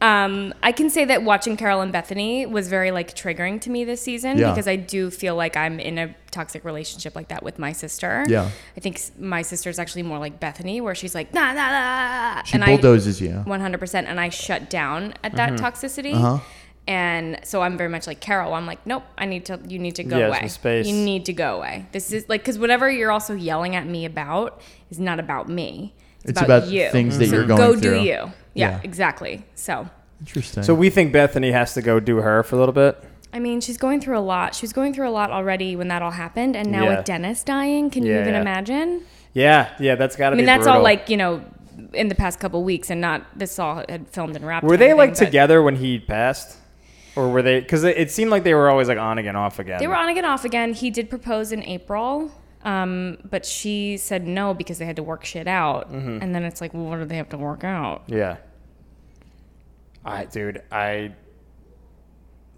[SPEAKER 3] Um, I can say that watching Carol and Bethany was very like triggering to me this season
[SPEAKER 2] Yeah.
[SPEAKER 3] because I do feel like I'm in a toxic relationship like that with my sister.
[SPEAKER 2] Yeah.
[SPEAKER 3] I think s- my sister's actually more like Bethany, where she's like nah nah nah,
[SPEAKER 2] she bulldozes you
[SPEAKER 3] one hundred percent, and I shut down at that
[SPEAKER 1] Mm-hmm.
[SPEAKER 3] toxicity.
[SPEAKER 2] Uh-huh.
[SPEAKER 3] And so I'm very much like Carol. I'm like, nope. I need to. You need to go
[SPEAKER 1] Yeah,
[SPEAKER 3] away.
[SPEAKER 1] some space.
[SPEAKER 3] You need to go away. This is like because whatever you're also yelling at me about is not about me.
[SPEAKER 2] It's about things that
[SPEAKER 3] So
[SPEAKER 2] you're going
[SPEAKER 3] go
[SPEAKER 2] through.
[SPEAKER 3] do you. Yeah,
[SPEAKER 2] Yeah.
[SPEAKER 3] exactly. So
[SPEAKER 2] interesting
[SPEAKER 1] So we think Bethany has to go do her for a little bit.
[SPEAKER 3] I mean, she's going through a lot. She was going through a lot already when that all happened, and now
[SPEAKER 1] Yeah.
[SPEAKER 3] with Dennis dying, can you
[SPEAKER 1] Yeah,
[SPEAKER 3] even
[SPEAKER 1] yeah.
[SPEAKER 3] imagine?
[SPEAKER 1] Yeah, yeah, that's got to
[SPEAKER 3] I
[SPEAKER 1] be.
[SPEAKER 3] mean, that's all
[SPEAKER 1] brutal.
[SPEAKER 3] like you know in the past couple weeks, and not this all had filmed and wrapped.
[SPEAKER 1] Were
[SPEAKER 3] and
[SPEAKER 1] they
[SPEAKER 3] everything,
[SPEAKER 1] like
[SPEAKER 3] but-
[SPEAKER 1] together when he passed, or were they? Because it, it seemed like they were always like on again, off again.
[SPEAKER 3] They were on again, off again. He did propose in April, um, but she said no because they had to work shit out.
[SPEAKER 1] Mm-hmm.
[SPEAKER 3] And then it's like, well, what do they have to work out?
[SPEAKER 1] Yeah. I, dude, I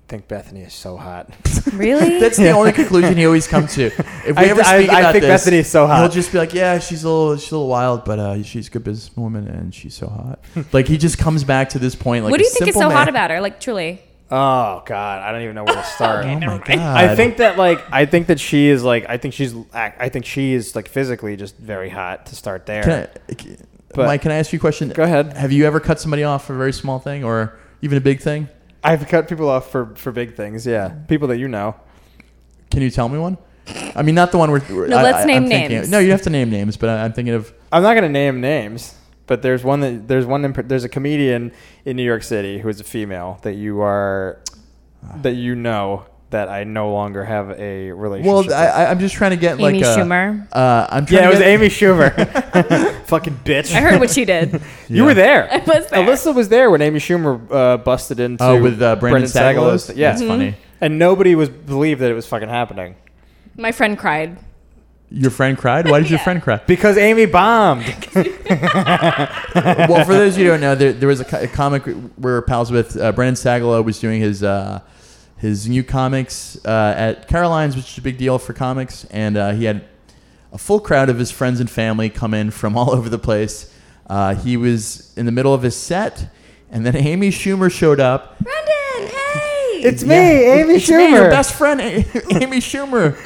[SPEAKER 1] think Bethany is so hot.
[SPEAKER 3] Really?
[SPEAKER 2] that's the only conclusion he always comes to. If we
[SPEAKER 1] I-
[SPEAKER 2] ever
[SPEAKER 1] I-
[SPEAKER 2] speak
[SPEAKER 1] I
[SPEAKER 2] about
[SPEAKER 1] think
[SPEAKER 2] this,
[SPEAKER 1] Bethany's so hot.
[SPEAKER 2] He'll just be like, "Yeah, she's a little, she's a little wild, but uh, she's a good businesswoman and she's so hot." like he just comes back to this point. Like,
[SPEAKER 3] what do
[SPEAKER 2] a
[SPEAKER 3] you think is
[SPEAKER 2] simple
[SPEAKER 3] so
[SPEAKER 2] man.
[SPEAKER 3] hot about her? Like, truly.
[SPEAKER 1] Oh God, I don't even know where to start.
[SPEAKER 2] Oh my god!
[SPEAKER 1] I think that like I think that she is like I think she's I think she is like physically just very hot to start there.
[SPEAKER 2] Can I, c-
[SPEAKER 1] But-
[SPEAKER 2] Mike, can I ask you a question?
[SPEAKER 1] Go ahead.
[SPEAKER 2] Have you ever cut somebody off for a very small thing or even a big thing?
[SPEAKER 1] I've cut people off for for big things. Yeah, people that you know.
[SPEAKER 2] Can you tell me one? I mean, not the one where.
[SPEAKER 3] No,
[SPEAKER 2] I,
[SPEAKER 3] let's
[SPEAKER 2] I-
[SPEAKER 3] name
[SPEAKER 2] I'm thinking-
[SPEAKER 3] names.
[SPEAKER 2] no, you have to name names, but I, I'm thinking of.
[SPEAKER 1] I'm not gonna name names, but there's one that there's one in, par- there's a comedian in New York City who is a female that you are that you know that I no longer have a relationship.
[SPEAKER 2] Ah. Well,
[SPEAKER 1] with.
[SPEAKER 2] I, I, I'm just trying to get like.
[SPEAKER 3] Amy
[SPEAKER 2] a-
[SPEAKER 3] Schumer.
[SPEAKER 2] Uh, I'm trying
[SPEAKER 1] yeah, it
[SPEAKER 2] to
[SPEAKER 1] was
[SPEAKER 2] get-
[SPEAKER 1] Amy Schumer. Fucking bitch.
[SPEAKER 3] I heard what she did.
[SPEAKER 1] you
[SPEAKER 2] Yeah.
[SPEAKER 1] were there.
[SPEAKER 3] I was there.
[SPEAKER 1] Alyssa was there when Amy Schumer uh, busted into
[SPEAKER 2] Oh, with uh, Brandon, Sagalos.
[SPEAKER 1] Yeah,
[SPEAKER 3] Mm-hmm.
[SPEAKER 2] That's funny.
[SPEAKER 1] and nobody was believed that it was fucking happening
[SPEAKER 3] My friend cried.
[SPEAKER 2] Your friend cried. Why did your friend cry?
[SPEAKER 1] because Amy bombed.
[SPEAKER 2] well, for those of you who don't know, there, there was a, co- a comic we we're pals with. Uh, Brandon Sagalow was doing his uh, his new comics uh, at Caroline's, which is a big deal for comics, and uh, he had a full crowd of his friends and family come in from all over the place. Uh, he was in the middle of his set, and then Amy Schumer showed up.
[SPEAKER 3] Brendan, hey!
[SPEAKER 1] It's
[SPEAKER 2] Yeah.
[SPEAKER 1] me, Amy
[SPEAKER 2] It's
[SPEAKER 1] Schumer.
[SPEAKER 2] me, your best friend, A- Amy Schumer.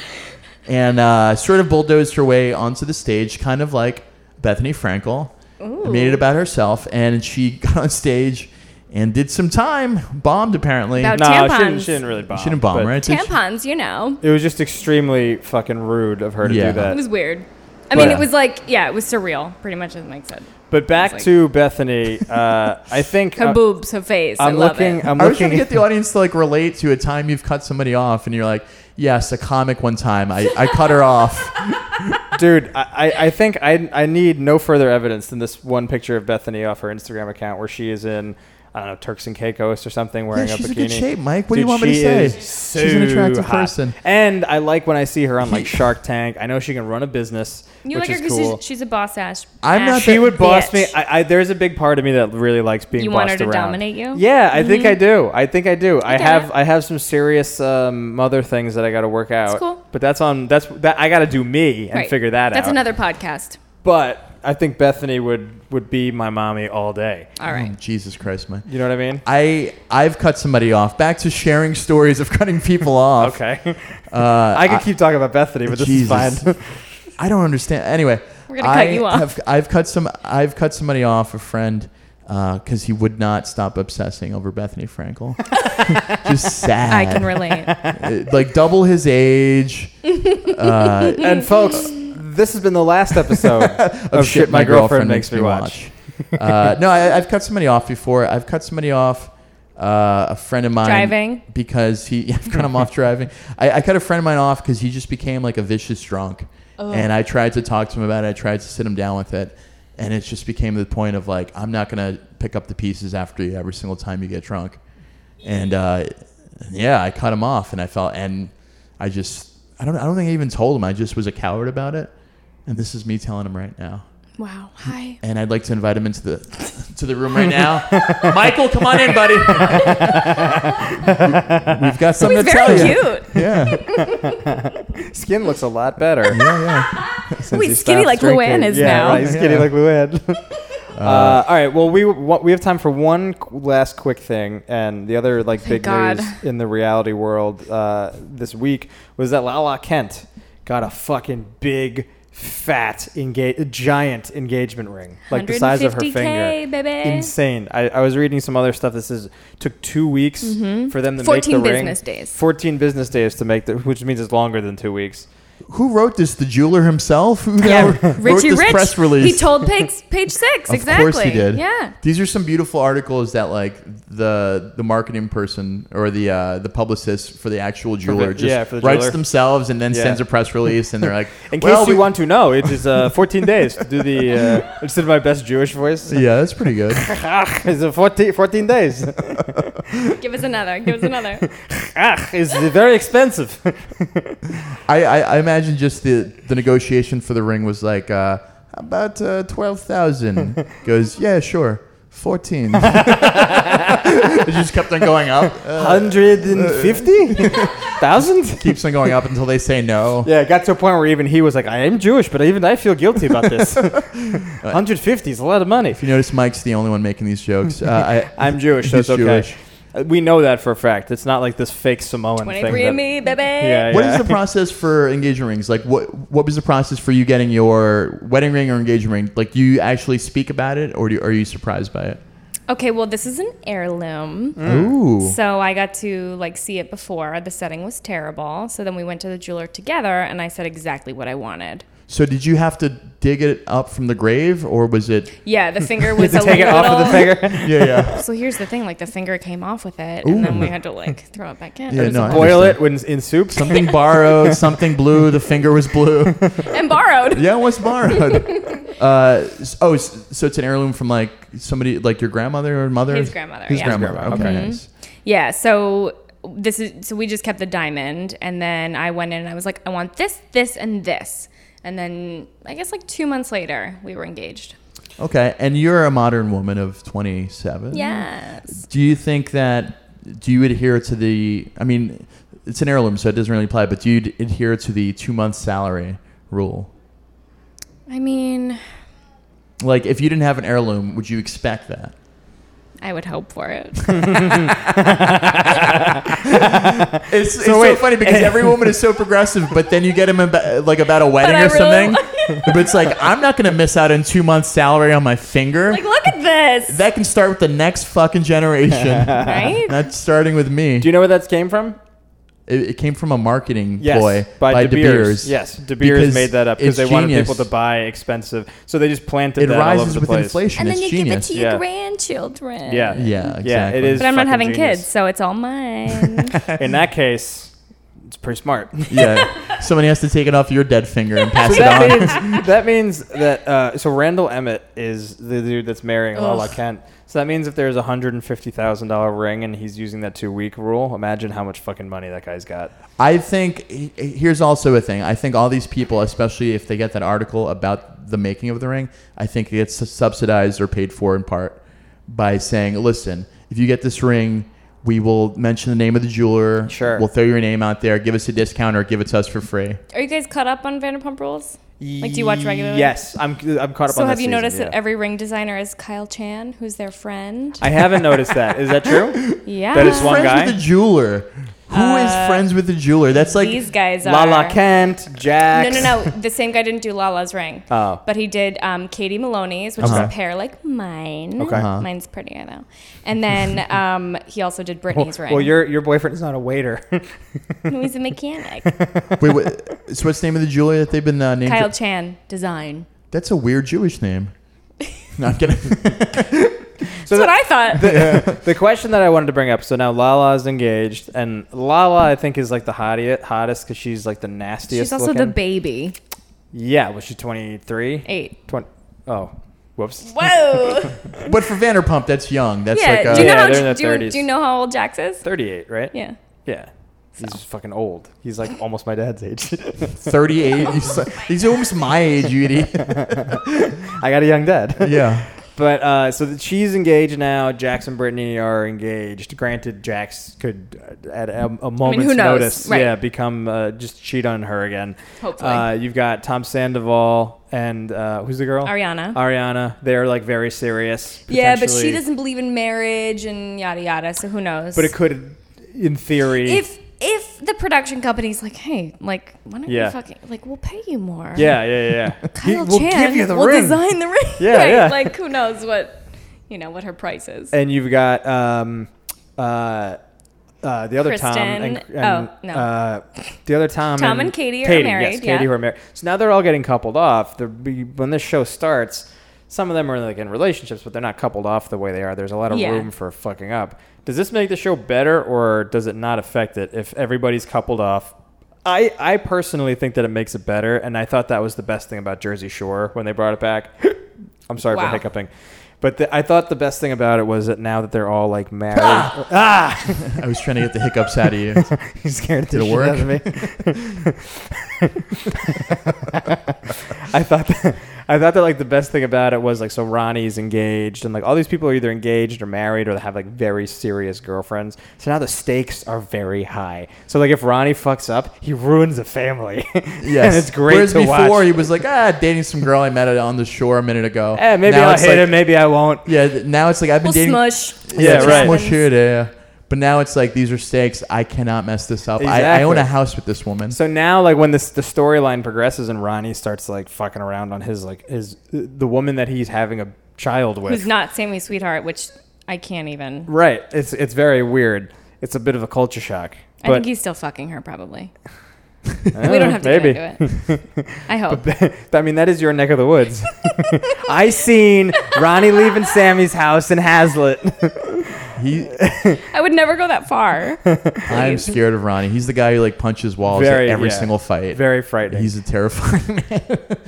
[SPEAKER 2] And uh, sort of bulldozed her way onto the stage, kind of like Bethany Frankel. Made it about herself, and she got on stage and did some time. Bombed apparently.
[SPEAKER 3] About-
[SPEAKER 1] no, she didn't,
[SPEAKER 3] Tampons.
[SPEAKER 1] she didn't really bomb.
[SPEAKER 2] she didn't bomb,
[SPEAKER 1] but
[SPEAKER 2] right? Did she?
[SPEAKER 3] Tampons, you know.
[SPEAKER 1] It was just extremely fucking rude of her to
[SPEAKER 2] Yeah.
[SPEAKER 1] do that.
[SPEAKER 3] It was weird. I mean,
[SPEAKER 2] But-
[SPEAKER 3] it was like, yeah, it was surreal, pretty much as Mike said.
[SPEAKER 1] But back
[SPEAKER 3] It's like-
[SPEAKER 1] to Bethany, uh, I think
[SPEAKER 3] Her
[SPEAKER 1] uh,
[SPEAKER 3] boobs, her face. i
[SPEAKER 1] I'm
[SPEAKER 3] love
[SPEAKER 1] looking.
[SPEAKER 3] it.
[SPEAKER 1] I'm
[SPEAKER 2] I was trying to
[SPEAKER 1] looking.
[SPEAKER 2] get the audience to like relate to a time you've cut somebody off, and you're like, "Yes, a comic one time. I, I cut her off."
[SPEAKER 1] Dude, I, I I think I I need no further evidence than this one picture of Bethany off her Instagram account where she is in I don't know Turks and Caicos or something wearing
[SPEAKER 2] Yeah, she's
[SPEAKER 1] a bikini.
[SPEAKER 2] in good shape, Mike. What do you
[SPEAKER 1] Dude,
[SPEAKER 2] want me to
[SPEAKER 1] she
[SPEAKER 2] say?
[SPEAKER 1] is
[SPEAKER 2] She's an
[SPEAKER 1] so
[SPEAKER 2] attractive
[SPEAKER 1] hot.
[SPEAKER 2] person.
[SPEAKER 1] and I like when I see her on like Shark Tank. I know she can run a business,
[SPEAKER 3] You
[SPEAKER 1] which
[SPEAKER 3] like her
[SPEAKER 1] is
[SPEAKER 3] because
[SPEAKER 1] cool.
[SPEAKER 3] she's, she's a boss ass.
[SPEAKER 2] I'm not
[SPEAKER 3] ass
[SPEAKER 1] she would boss me.
[SPEAKER 3] bitch.
[SPEAKER 1] I, I, there's a big part of me that really likes being
[SPEAKER 3] You
[SPEAKER 1] bossed
[SPEAKER 3] want her to
[SPEAKER 1] around.
[SPEAKER 3] dominate you? Mm-hmm.
[SPEAKER 1] Yeah, I think I do. I think I do. I,
[SPEAKER 3] get
[SPEAKER 1] have
[SPEAKER 3] it.
[SPEAKER 1] I have some serious um, mother things that I got to work out.
[SPEAKER 3] cool.
[SPEAKER 1] But that's on that's that I got to do me and figure that
[SPEAKER 3] That's
[SPEAKER 1] out.
[SPEAKER 3] another podcast.
[SPEAKER 1] But I think Bethany would would be my mommy all day.
[SPEAKER 3] All right.
[SPEAKER 2] Jesus Christ, man.
[SPEAKER 1] You know what I mean?
[SPEAKER 2] I I've cut somebody off. Back to sharing stories of cutting people off.
[SPEAKER 1] Okay.
[SPEAKER 2] Uh,
[SPEAKER 1] I could keep talking about Bethany, but this is
[SPEAKER 2] Jesus.
[SPEAKER 1] fine.
[SPEAKER 2] I don't understand. Anyway,
[SPEAKER 3] We're gonna cut
[SPEAKER 2] I
[SPEAKER 3] you off.
[SPEAKER 2] Have, I've cut some. I've cut somebody off, a friend, because he would not stop obsessing over Bethany Frankel. Just sad.
[SPEAKER 3] I can relate.
[SPEAKER 2] Uh, like double his age. Uh,
[SPEAKER 1] and folks, this has been the last episode of,
[SPEAKER 2] of Oh, shit my girlfriend makes me watch. uh, no, I, I've cut somebody off before. I've cut somebody off. Uh, a friend of mine
[SPEAKER 3] Driving?
[SPEAKER 2] because he. yeah, I've cut him off driving. I, I cut a friend of mine off because he just became like a vicious drunk, and I tried to talk to him about it. I tried to sit him down with it, and it just became the point of like I'm not gonna pick up the pieces after you every single time you get drunk, and uh, yeah, I cut him off, and I felt and I just I don't I don't think I even told him. I just was a coward about it, and this is me telling him right now
[SPEAKER 3] Wow. Hi.
[SPEAKER 2] and I'd like to invite him into the to the room right now. Michael, come on in, buddy. We've got something
[SPEAKER 3] He's
[SPEAKER 2] to tell
[SPEAKER 3] very
[SPEAKER 2] you.
[SPEAKER 3] cute.
[SPEAKER 2] Yeah,
[SPEAKER 1] Skin looks a lot better. Since
[SPEAKER 3] Wait,
[SPEAKER 1] he
[SPEAKER 3] skinny
[SPEAKER 1] stopped
[SPEAKER 3] like
[SPEAKER 1] drinking.
[SPEAKER 3] Luann is
[SPEAKER 1] yeah,
[SPEAKER 3] now.
[SPEAKER 1] Right, he's skinny
[SPEAKER 2] Yeah.
[SPEAKER 1] like Luann. uh, all right. Well, we wa- we have time for one qu- last quick thing, and the other like big
[SPEAKER 3] God.
[SPEAKER 1] news in the reality world uh, this week was that Lala Kent got a fucking big, fat, enga- giant engagement ring, like the size of her
[SPEAKER 3] 150K,
[SPEAKER 1] finger.
[SPEAKER 3] baby.
[SPEAKER 1] Insane. I, I was reading some other stuff. This is took two weeks for them to make
[SPEAKER 3] 14
[SPEAKER 1] the ring.
[SPEAKER 3] Mm-hmm. business days.
[SPEAKER 1] Fourteen business days to make the, which means it's longer than two weeks.
[SPEAKER 2] who wrote this? The jeweler himself? Who the hell wrote
[SPEAKER 3] Richie
[SPEAKER 2] this
[SPEAKER 3] Rich.
[SPEAKER 2] press release?
[SPEAKER 3] He told page, page six.
[SPEAKER 2] of
[SPEAKER 3] exactly.
[SPEAKER 2] course he did.
[SPEAKER 3] Yeah.
[SPEAKER 2] These are some beautiful articles that like the the marketing person or the uh, the publicist for the actual jeweler just
[SPEAKER 1] yeah, for the
[SPEAKER 2] writes
[SPEAKER 1] jeweler.
[SPEAKER 2] themselves and then
[SPEAKER 1] Yeah.
[SPEAKER 2] sends a press release and they're like,
[SPEAKER 1] In
[SPEAKER 2] well,
[SPEAKER 1] case you
[SPEAKER 2] we-
[SPEAKER 1] want to know, it is uh, 14 days to do the. Uh, instead of my best Jewish voice,
[SPEAKER 2] Yeah, that's pretty good.
[SPEAKER 1] Ach is a 14, 14 days.
[SPEAKER 3] Give us another. Give us another.
[SPEAKER 1] Ach is Ah, very expensive.
[SPEAKER 2] I, I, I imagine just the, the negotiation for the ring was like, uh, how about uh, 12,000? Goes, yeah, sure. 14. it just kept on going up. Uh,
[SPEAKER 1] 150,000?
[SPEAKER 2] keeps on going up until they say no.
[SPEAKER 1] Yeah, it got to a point where even he was like, I am Jewish, but even I feel guilty about this. 150 is a lot of money.
[SPEAKER 2] If you notice, Mike's the only one making these jokes. Uh, I,
[SPEAKER 1] I'm Jewish, so it's
[SPEAKER 2] He's
[SPEAKER 1] okay.
[SPEAKER 2] Jewish.
[SPEAKER 1] Uh, We know that for a fact. It's not like this fake Samoan thing.
[SPEAKER 3] 23
[SPEAKER 1] that-
[SPEAKER 3] and me, baby.
[SPEAKER 1] Yeah,
[SPEAKER 2] What
[SPEAKER 1] yeah.
[SPEAKER 2] is the process for engagement rings? Like, what what was the process for you getting your wedding ring or engagement ring? Like, do you actually speak about it, or do you, are you surprised by it?
[SPEAKER 3] Okay, well, this is an heirloom.
[SPEAKER 2] Ooh,
[SPEAKER 3] So I got to like see it before. The setting was terrible. So then we went to the jeweler together and I said exactly what I wanted.
[SPEAKER 2] so did you have to dig it up from the grave, or was it?
[SPEAKER 3] Yeah, the finger was a
[SPEAKER 1] Take it
[SPEAKER 3] little
[SPEAKER 1] off of the finger.
[SPEAKER 2] Yeah, yeah.
[SPEAKER 3] So here's the thing, like the finger came off with it and then we had to like throw it back in.
[SPEAKER 2] Yeah, no, I
[SPEAKER 1] Boil
[SPEAKER 2] understand.
[SPEAKER 1] it when, in soup.
[SPEAKER 2] Something borrowed, something blue. The finger was blue.
[SPEAKER 3] And borrowed.
[SPEAKER 2] Yeah, it was borrowed. Uh, s- oh, s- so it's an heirloom from like somebody, like your grandmother or mother.
[SPEAKER 3] His grandmother,
[SPEAKER 2] His
[SPEAKER 3] yeah.
[SPEAKER 2] grandmother.
[SPEAKER 1] grandmother,
[SPEAKER 2] Okay.
[SPEAKER 1] okay.
[SPEAKER 2] nice.
[SPEAKER 3] Yeah, so this is so we just kept the diamond and then I went in and I was like, I want this, this, and this. And then I guess like two months later we were engaged.
[SPEAKER 2] Okay, and you're a modern woman of 27.
[SPEAKER 3] Yes.
[SPEAKER 2] Do you think that? Do you adhere to the? I mean, it's an heirloom, so it doesn't really apply. But do you d- adhere to the two month salary rule?
[SPEAKER 3] I mean,
[SPEAKER 2] Like, if you didn't have an heirloom, would you expect that?
[SPEAKER 3] I would hope for it.
[SPEAKER 2] It's, it's
[SPEAKER 1] wait,
[SPEAKER 2] so funny because every woman is so progressive, but then you get them about, like about a wedding
[SPEAKER 3] I
[SPEAKER 2] or
[SPEAKER 3] really
[SPEAKER 2] something. but it's like I'm not gonna miss out on two months' salary on my finger.
[SPEAKER 3] like, look at this.
[SPEAKER 2] that can start with the next fucking generation.
[SPEAKER 3] Right?
[SPEAKER 2] Not starting with me.
[SPEAKER 1] Do you know where that came from?
[SPEAKER 2] it, it came from a marketing
[SPEAKER 1] Yes,
[SPEAKER 2] ploy
[SPEAKER 1] by,
[SPEAKER 2] by,
[SPEAKER 1] De Beers. Yes, De Beers
[SPEAKER 2] Because
[SPEAKER 1] made that up because
[SPEAKER 2] it's
[SPEAKER 1] they wanted
[SPEAKER 2] genius.
[SPEAKER 1] people to buy expensive, so they just planted
[SPEAKER 2] It
[SPEAKER 1] that all over
[SPEAKER 2] rises
[SPEAKER 1] the
[SPEAKER 2] with
[SPEAKER 1] place.
[SPEAKER 2] inflation. it's genius.
[SPEAKER 1] your Yeah.
[SPEAKER 3] grandchildren.
[SPEAKER 1] Yeah,
[SPEAKER 2] Yeah,
[SPEAKER 1] yeah, it
[SPEAKER 2] exactly.
[SPEAKER 1] is.
[SPEAKER 3] But I'm not
[SPEAKER 1] fucking
[SPEAKER 3] having
[SPEAKER 1] genius.
[SPEAKER 3] kids, so it's all mine.
[SPEAKER 1] In that case, it's pretty smart.
[SPEAKER 2] yeah, somebody has to take it off your dead finger and pass it
[SPEAKER 1] that
[SPEAKER 2] on.
[SPEAKER 1] means that means that uh, so Randall Emmett is the dude that's marrying Lala Kent. So that means if there's a hundred and fifty thousand dollar ring and he's using that two week rule, imagine how much fucking money that guy's got.
[SPEAKER 2] I think he- here's also a thing. I think all these people, especially if they get that article about the making of the ring, I think it gets subsidized or paid for in part by saying, "Listen, if you get this ring." We will mention the name of the jeweler.
[SPEAKER 1] Sure.
[SPEAKER 2] We'll throw your name out there. Give us a discount or give it to us for free.
[SPEAKER 3] Are you guys caught up on Vanderpump Rules? Like, do you watch regularly?
[SPEAKER 1] Yes, I'm. I'm caught up
[SPEAKER 3] So
[SPEAKER 1] on. that
[SPEAKER 3] have you
[SPEAKER 1] season,
[SPEAKER 3] noticed that
[SPEAKER 1] yeah.
[SPEAKER 3] every ring designer is Kyle Chan, who's their friend?
[SPEAKER 1] I haven't noticed that. Is that true?
[SPEAKER 3] yeah.
[SPEAKER 1] that is one
[SPEAKER 2] friends
[SPEAKER 1] guy?
[SPEAKER 2] with the jeweler. Who is friends with the jeweler? That's like
[SPEAKER 3] Uh, These guys are.
[SPEAKER 1] Lala Kent,
[SPEAKER 3] No,
[SPEAKER 1] Jax.
[SPEAKER 3] no, no. The same guy didn't do Lala's ring.
[SPEAKER 1] Oh.
[SPEAKER 3] But he did um, Katie Maloney's, which is
[SPEAKER 1] Okay.
[SPEAKER 3] a pair like mine.
[SPEAKER 1] Okay. Uh-huh.
[SPEAKER 3] Mine's prettier though. And then um, he also did Britney's
[SPEAKER 1] Well,
[SPEAKER 3] ring.
[SPEAKER 1] well, your your boyfriend is not a waiter.
[SPEAKER 3] He's a mechanic.
[SPEAKER 2] wait, wait, so what's the name of the jeweler that they've been uh, named?
[SPEAKER 3] Kyle
[SPEAKER 2] for-
[SPEAKER 3] Chan, design.
[SPEAKER 2] That's a weird Jewish name. no, I'm kidding.
[SPEAKER 1] so
[SPEAKER 3] That's what
[SPEAKER 1] the,
[SPEAKER 3] I thought.
[SPEAKER 1] the question that I wanted to bring up. So now Lala's engaged, and Lala I think is like the hottest, hottest because she's like the nastiest.
[SPEAKER 3] She's also the
[SPEAKER 1] looking.
[SPEAKER 3] baby.
[SPEAKER 1] Yeah, was she 23?
[SPEAKER 3] Eight.
[SPEAKER 1] 20. Oh, whoops.
[SPEAKER 3] Whoa.
[SPEAKER 2] but for Vanderpump, that's young. That's
[SPEAKER 3] yeah.
[SPEAKER 2] like uh, a,
[SPEAKER 3] do, you know
[SPEAKER 1] uh, Yeah,
[SPEAKER 3] how,
[SPEAKER 1] they're in their
[SPEAKER 3] do, you,
[SPEAKER 1] 30s.
[SPEAKER 3] do you know how old Jax is?
[SPEAKER 1] 38, right?
[SPEAKER 3] Yeah.
[SPEAKER 1] Yeah. He's fucking old. He's like almost my dad's age.
[SPEAKER 2] 38. He's like- He's almost my age, you idiot.
[SPEAKER 1] I got a young dad.
[SPEAKER 2] yeah.
[SPEAKER 1] But uh, so that she's engaged now. Jax and Brittany are engaged. Granted, Jax could, uh, at a, a moment's
[SPEAKER 3] who knows?
[SPEAKER 1] notice,
[SPEAKER 3] Right.
[SPEAKER 1] yeah, become uh, just cheat on her again.
[SPEAKER 3] Hopefully.
[SPEAKER 1] uh, you've got Tom Sandoval and uh, who's the girl?
[SPEAKER 3] Ariana.
[SPEAKER 1] Ariana. They're like very serious.
[SPEAKER 3] Yeah, but
[SPEAKER 1] potentially.
[SPEAKER 3] she doesn't believe in marriage and yada yada. So who knows?
[SPEAKER 1] But it could, in theory,
[SPEAKER 3] if if the production company's like, hey, like, why don't
[SPEAKER 1] Yeah.
[SPEAKER 3] you fucking like we'll pay you more?
[SPEAKER 1] yeah, yeah, yeah.
[SPEAKER 3] Kyle
[SPEAKER 1] He- we'll
[SPEAKER 3] Chan
[SPEAKER 1] give you the
[SPEAKER 3] will
[SPEAKER 1] ring.
[SPEAKER 3] design the ring.
[SPEAKER 1] Yeah,
[SPEAKER 3] Right,
[SPEAKER 1] yeah.
[SPEAKER 3] Like who knows what you know what her price is.
[SPEAKER 1] and you've got um, uh, uh, the other Tom and,
[SPEAKER 3] Kristen.
[SPEAKER 1] and,
[SPEAKER 3] Oh, no.
[SPEAKER 1] uh, the other Tom.
[SPEAKER 3] Tom and Katie are married,
[SPEAKER 1] Yes, Katie
[SPEAKER 3] yeah.
[SPEAKER 1] who are married. So now they're all getting coupled off. They're, be- when this show starts, some of them are like in relationships, but they're not coupled off the way they are. There's a lot of
[SPEAKER 3] Yeah.
[SPEAKER 1] room for fucking up. Does this make the show better, or does it not affect it if everybody's coupled off? I, I personally think that it makes it better, and I thought that was the best thing about Jersey Shore when they brought it back. I'm sorry for
[SPEAKER 3] Wow.
[SPEAKER 1] hiccuping. But the, I thought the best thing about it was that now that they're all like married, Ah,
[SPEAKER 2] I was trying to get the hiccups out of you.
[SPEAKER 1] you scared
[SPEAKER 2] Did
[SPEAKER 1] the
[SPEAKER 2] it
[SPEAKER 1] shit
[SPEAKER 2] work?
[SPEAKER 1] out of me. I thought that, I thought that like the best thing about it was like so Ronnie's engaged and like all these people are either engaged or married or they have like very serious girlfriends. So now the stakes are very high. So like if Ronnie fucks up, he ruins a family.
[SPEAKER 2] Yes.
[SPEAKER 1] and it's great
[SPEAKER 2] Whereas
[SPEAKER 1] to
[SPEAKER 2] before
[SPEAKER 1] watch.
[SPEAKER 2] he was like, ah, dating some girl I met on the shore a minute ago.
[SPEAKER 1] Eh, maybe
[SPEAKER 2] Now
[SPEAKER 1] I'll
[SPEAKER 2] it's
[SPEAKER 1] hate
[SPEAKER 2] like-
[SPEAKER 1] him, maybe I won't.
[SPEAKER 2] Yeah, th- now it's like I've been
[SPEAKER 3] we'll
[SPEAKER 2] dating.
[SPEAKER 3] smush.
[SPEAKER 1] Yeah,
[SPEAKER 2] it's
[SPEAKER 1] right.
[SPEAKER 2] Smush here, there. But now it's like these are stakes. I cannot mess this up. I, I own
[SPEAKER 1] Exactly.
[SPEAKER 2] a house with this woman.
[SPEAKER 1] So now, like when this the storyline progresses and Ronnie starts like fucking around on his like his the woman that he's having a child with,
[SPEAKER 3] Who's not Sammy's sweetheart, which I can't even.
[SPEAKER 1] right? It's it's very weird. It's a bit of a culture shock.
[SPEAKER 3] I think he's still fucking her probably. we don't have to
[SPEAKER 1] eh, maybe.
[SPEAKER 3] get into it. I hope.
[SPEAKER 1] I mean, that is your neck of the woods. I seen Ronnie leaving Sammy's house in Hazlitt.
[SPEAKER 2] He,
[SPEAKER 3] I would never go that far.
[SPEAKER 2] I'm scared of Ronnie. He's the guy who like punches walls
[SPEAKER 1] Very,
[SPEAKER 2] at every
[SPEAKER 1] yeah.
[SPEAKER 2] single fight.
[SPEAKER 1] Very frightening.
[SPEAKER 2] He's a terrifying man.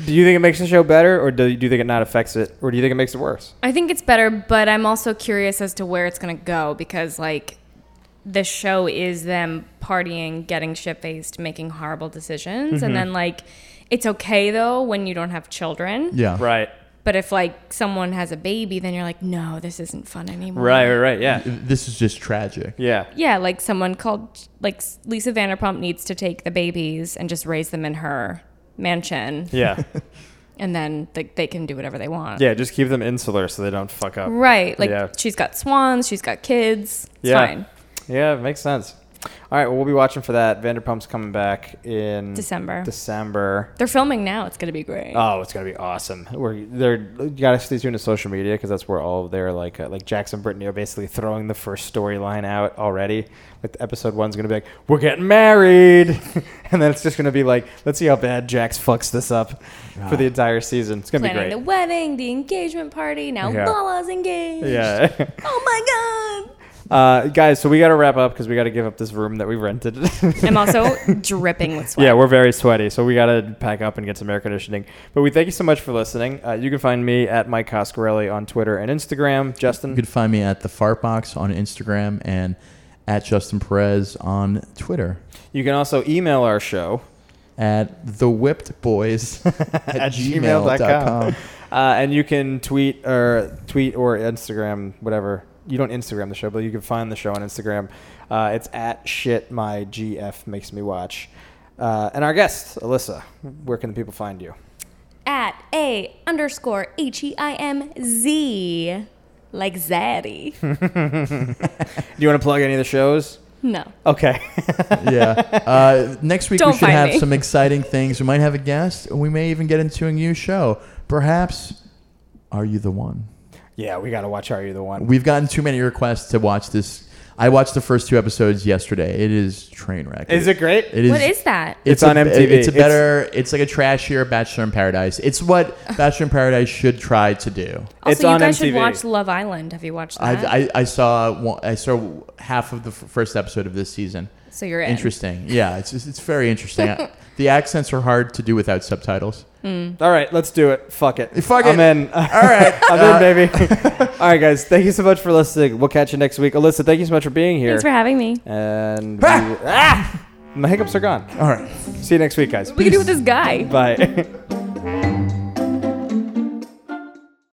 [SPEAKER 1] do you think it makes the show better, or do you, do you think it not affects it, or do you think it makes it worse?
[SPEAKER 3] I think it's better, but I'm also curious as to where it's going to go because, like, the show is them partying, getting shit faced, making horrible decisions.
[SPEAKER 1] Mm-hmm.
[SPEAKER 3] And then, like, it's okay though when you don't have children.
[SPEAKER 2] Yeah.
[SPEAKER 1] Right,
[SPEAKER 3] But if, like, someone has a baby, then you're like, no, this isn't fun anymore.
[SPEAKER 1] right, right, right. Yeah,
[SPEAKER 2] This is just tragic.
[SPEAKER 1] yeah.
[SPEAKER 3] Yeah, like someone called, like, Lisa Vanderpump needs to take the babies and just raise them in her mansion.
[SPEAKER 1] Yeah,
[SPEAKER 3] And then like they can do whatever they want.
[SPEAKER 1] yeah. Just keep them insular so they don't fuck up.
[SPEAKER 3] Right. Like,
[SPEAKER 1] Yeah.
[SPEAKER 3] she's got swans, she's got kids. It's
[SPEAKER 1] Yeah.
[SPEAKER 3] fine.
[SPEAKER 1] Yeah, it makes sense. All right, well, we'll be watching for that. Vanderpump's coming back in
[SPEAKER 3] December.
[SPEAKER 1] December.
[SPEAKER 3] They're filming now. It's gonna be great.
[SPEAKER 1] Oh, it's gonna be awesome. We're they're you gotta stay tuned to social media because that's where all of their like uh, like Jackson Brittany are basically throwing the first storyline out already. Like the episode one's gonna be like we're getting married, and then it's just gonna be like let's see how bad Jax fucks this up for the entire season. It's gonna
[SPEAKER 3] Planning
[SPEAKER 1] be
[SPEAKER 3] the
[SPEAKER 1] great.
[SPEAKER 3] wedding, the engagement party. Now
[SPEAKER 1] Yeah.
[SPEAKER 3] Lala's engaged.
[SPEAKER 1] yeah.
[SPEAKER 3] Oh my
[SPEAKER 1] Uh, guys, so we got to wrap up because we got to give up this room that we rented.
[SPEAKER 3] god. I'm also dripping with sweat.
[SPEAKER 1] Yeah, we're very sweaty, so we got to pack up and get some air conditioning. But we thank you so much for listening. Uh, you can find me at Mike Coscarelli on Twitter and Instagram. Justin,
[SPEAKER 2] You can find me at the Fart Box on Instagram and at Justin Perez on Twitter.
[SPEAKER 1] you can also email our show
[SPEAKER 2] At the Whipped Boys at,
[SPEAKER 1] gmail.com.
[SPEAKER 2] gmail.com.
[SPEAKER 1] Uh, and you can tweet or tweet or Instagram whatever. You don't Instagram the show, but you can find the show on Instagram. Uh, it's at shit my GF makes me watch. Uh, and our guest Alyssa, where can the people find you?
[SPEAKER 3] at a underscore H E I M Z. Like Zaddy.
[SPEAKER 1] Do you want to plug any of the shows?
[SPEAKER 3] no.
[SPEAKER 1] Okay.
[SPEAKER 2] yeah. Uh, next week we
[SPEAKER 3] Don't
[SPEAKER 2] should
[SPEAKER 3] find
[SPEAKER 2] have
[SPEAKER 3] me.
[SPEAKER 2] some exciting things. We might have a guest. We may even get into a new show. Perhaps. Are you the one?
[SPEAKER 1] yeah, we got to watch Are You the One?
[SPEAKER 2] We've gotten too many requests to watch this. I watched the first two episodes yesterday. It is train wreck.
[SPEAKER 1] Is it great?
[SPEAKER 2] It is.
[SPEAKER 3] What is that?
[SPEAKER 1] It's on
[SPEAKER 2] a-
[SPEAKER 1] MTV.
[SPEAKER 2] It's a
[SPEAKER 1] It's-
[SPEAKER 2] better. It's, like a trashier Bachelor in Paradise. It's what Bachelor in Paradise should try to do.
[SPEAKER 3] Also,
[SPEAKER 1] It's
[SPEAKER 3] you
[SPEAKER 1] on
[SPEAKER 3] guys should
[SPEAKER 1] MTV.
[SPEAKER 3] watch Love Island. Have you watched that?
[SPEAKER 2] I, I, I saw one, I saw half of the f- first episode of this season.
[SPEAKER 3] so you're in.
[SPEAKER 2] Interesting. Yeah, it's it's it's very interesting. the accents are hard to do without subtitles.
[SPEAKER 1] All right, let's do it. Fuck it.
[SPEAKER 2] Mm. Fuck
[SPEAKER 1] I'm
[SPEAKER 2] it.
[SPEAKER 1] in.
[SPEAKER 2] All right. Uh,
[SPEAKER 1] I'm in, baby. All right, guys. Thank you so much for listening. We'll catch you next week. Alyssa, thank you so much for being here.
[SPEAKER 3] Thanks for having me.
[SPEAKER 1] and we- ah! my hiccups are gone.
[SPEAKER 2] All right.
[SPEAKER 1] See you next week, guys.
[SPEAKER 3] What are we gonna do with this guy?
[SPEAKER 1] Bye.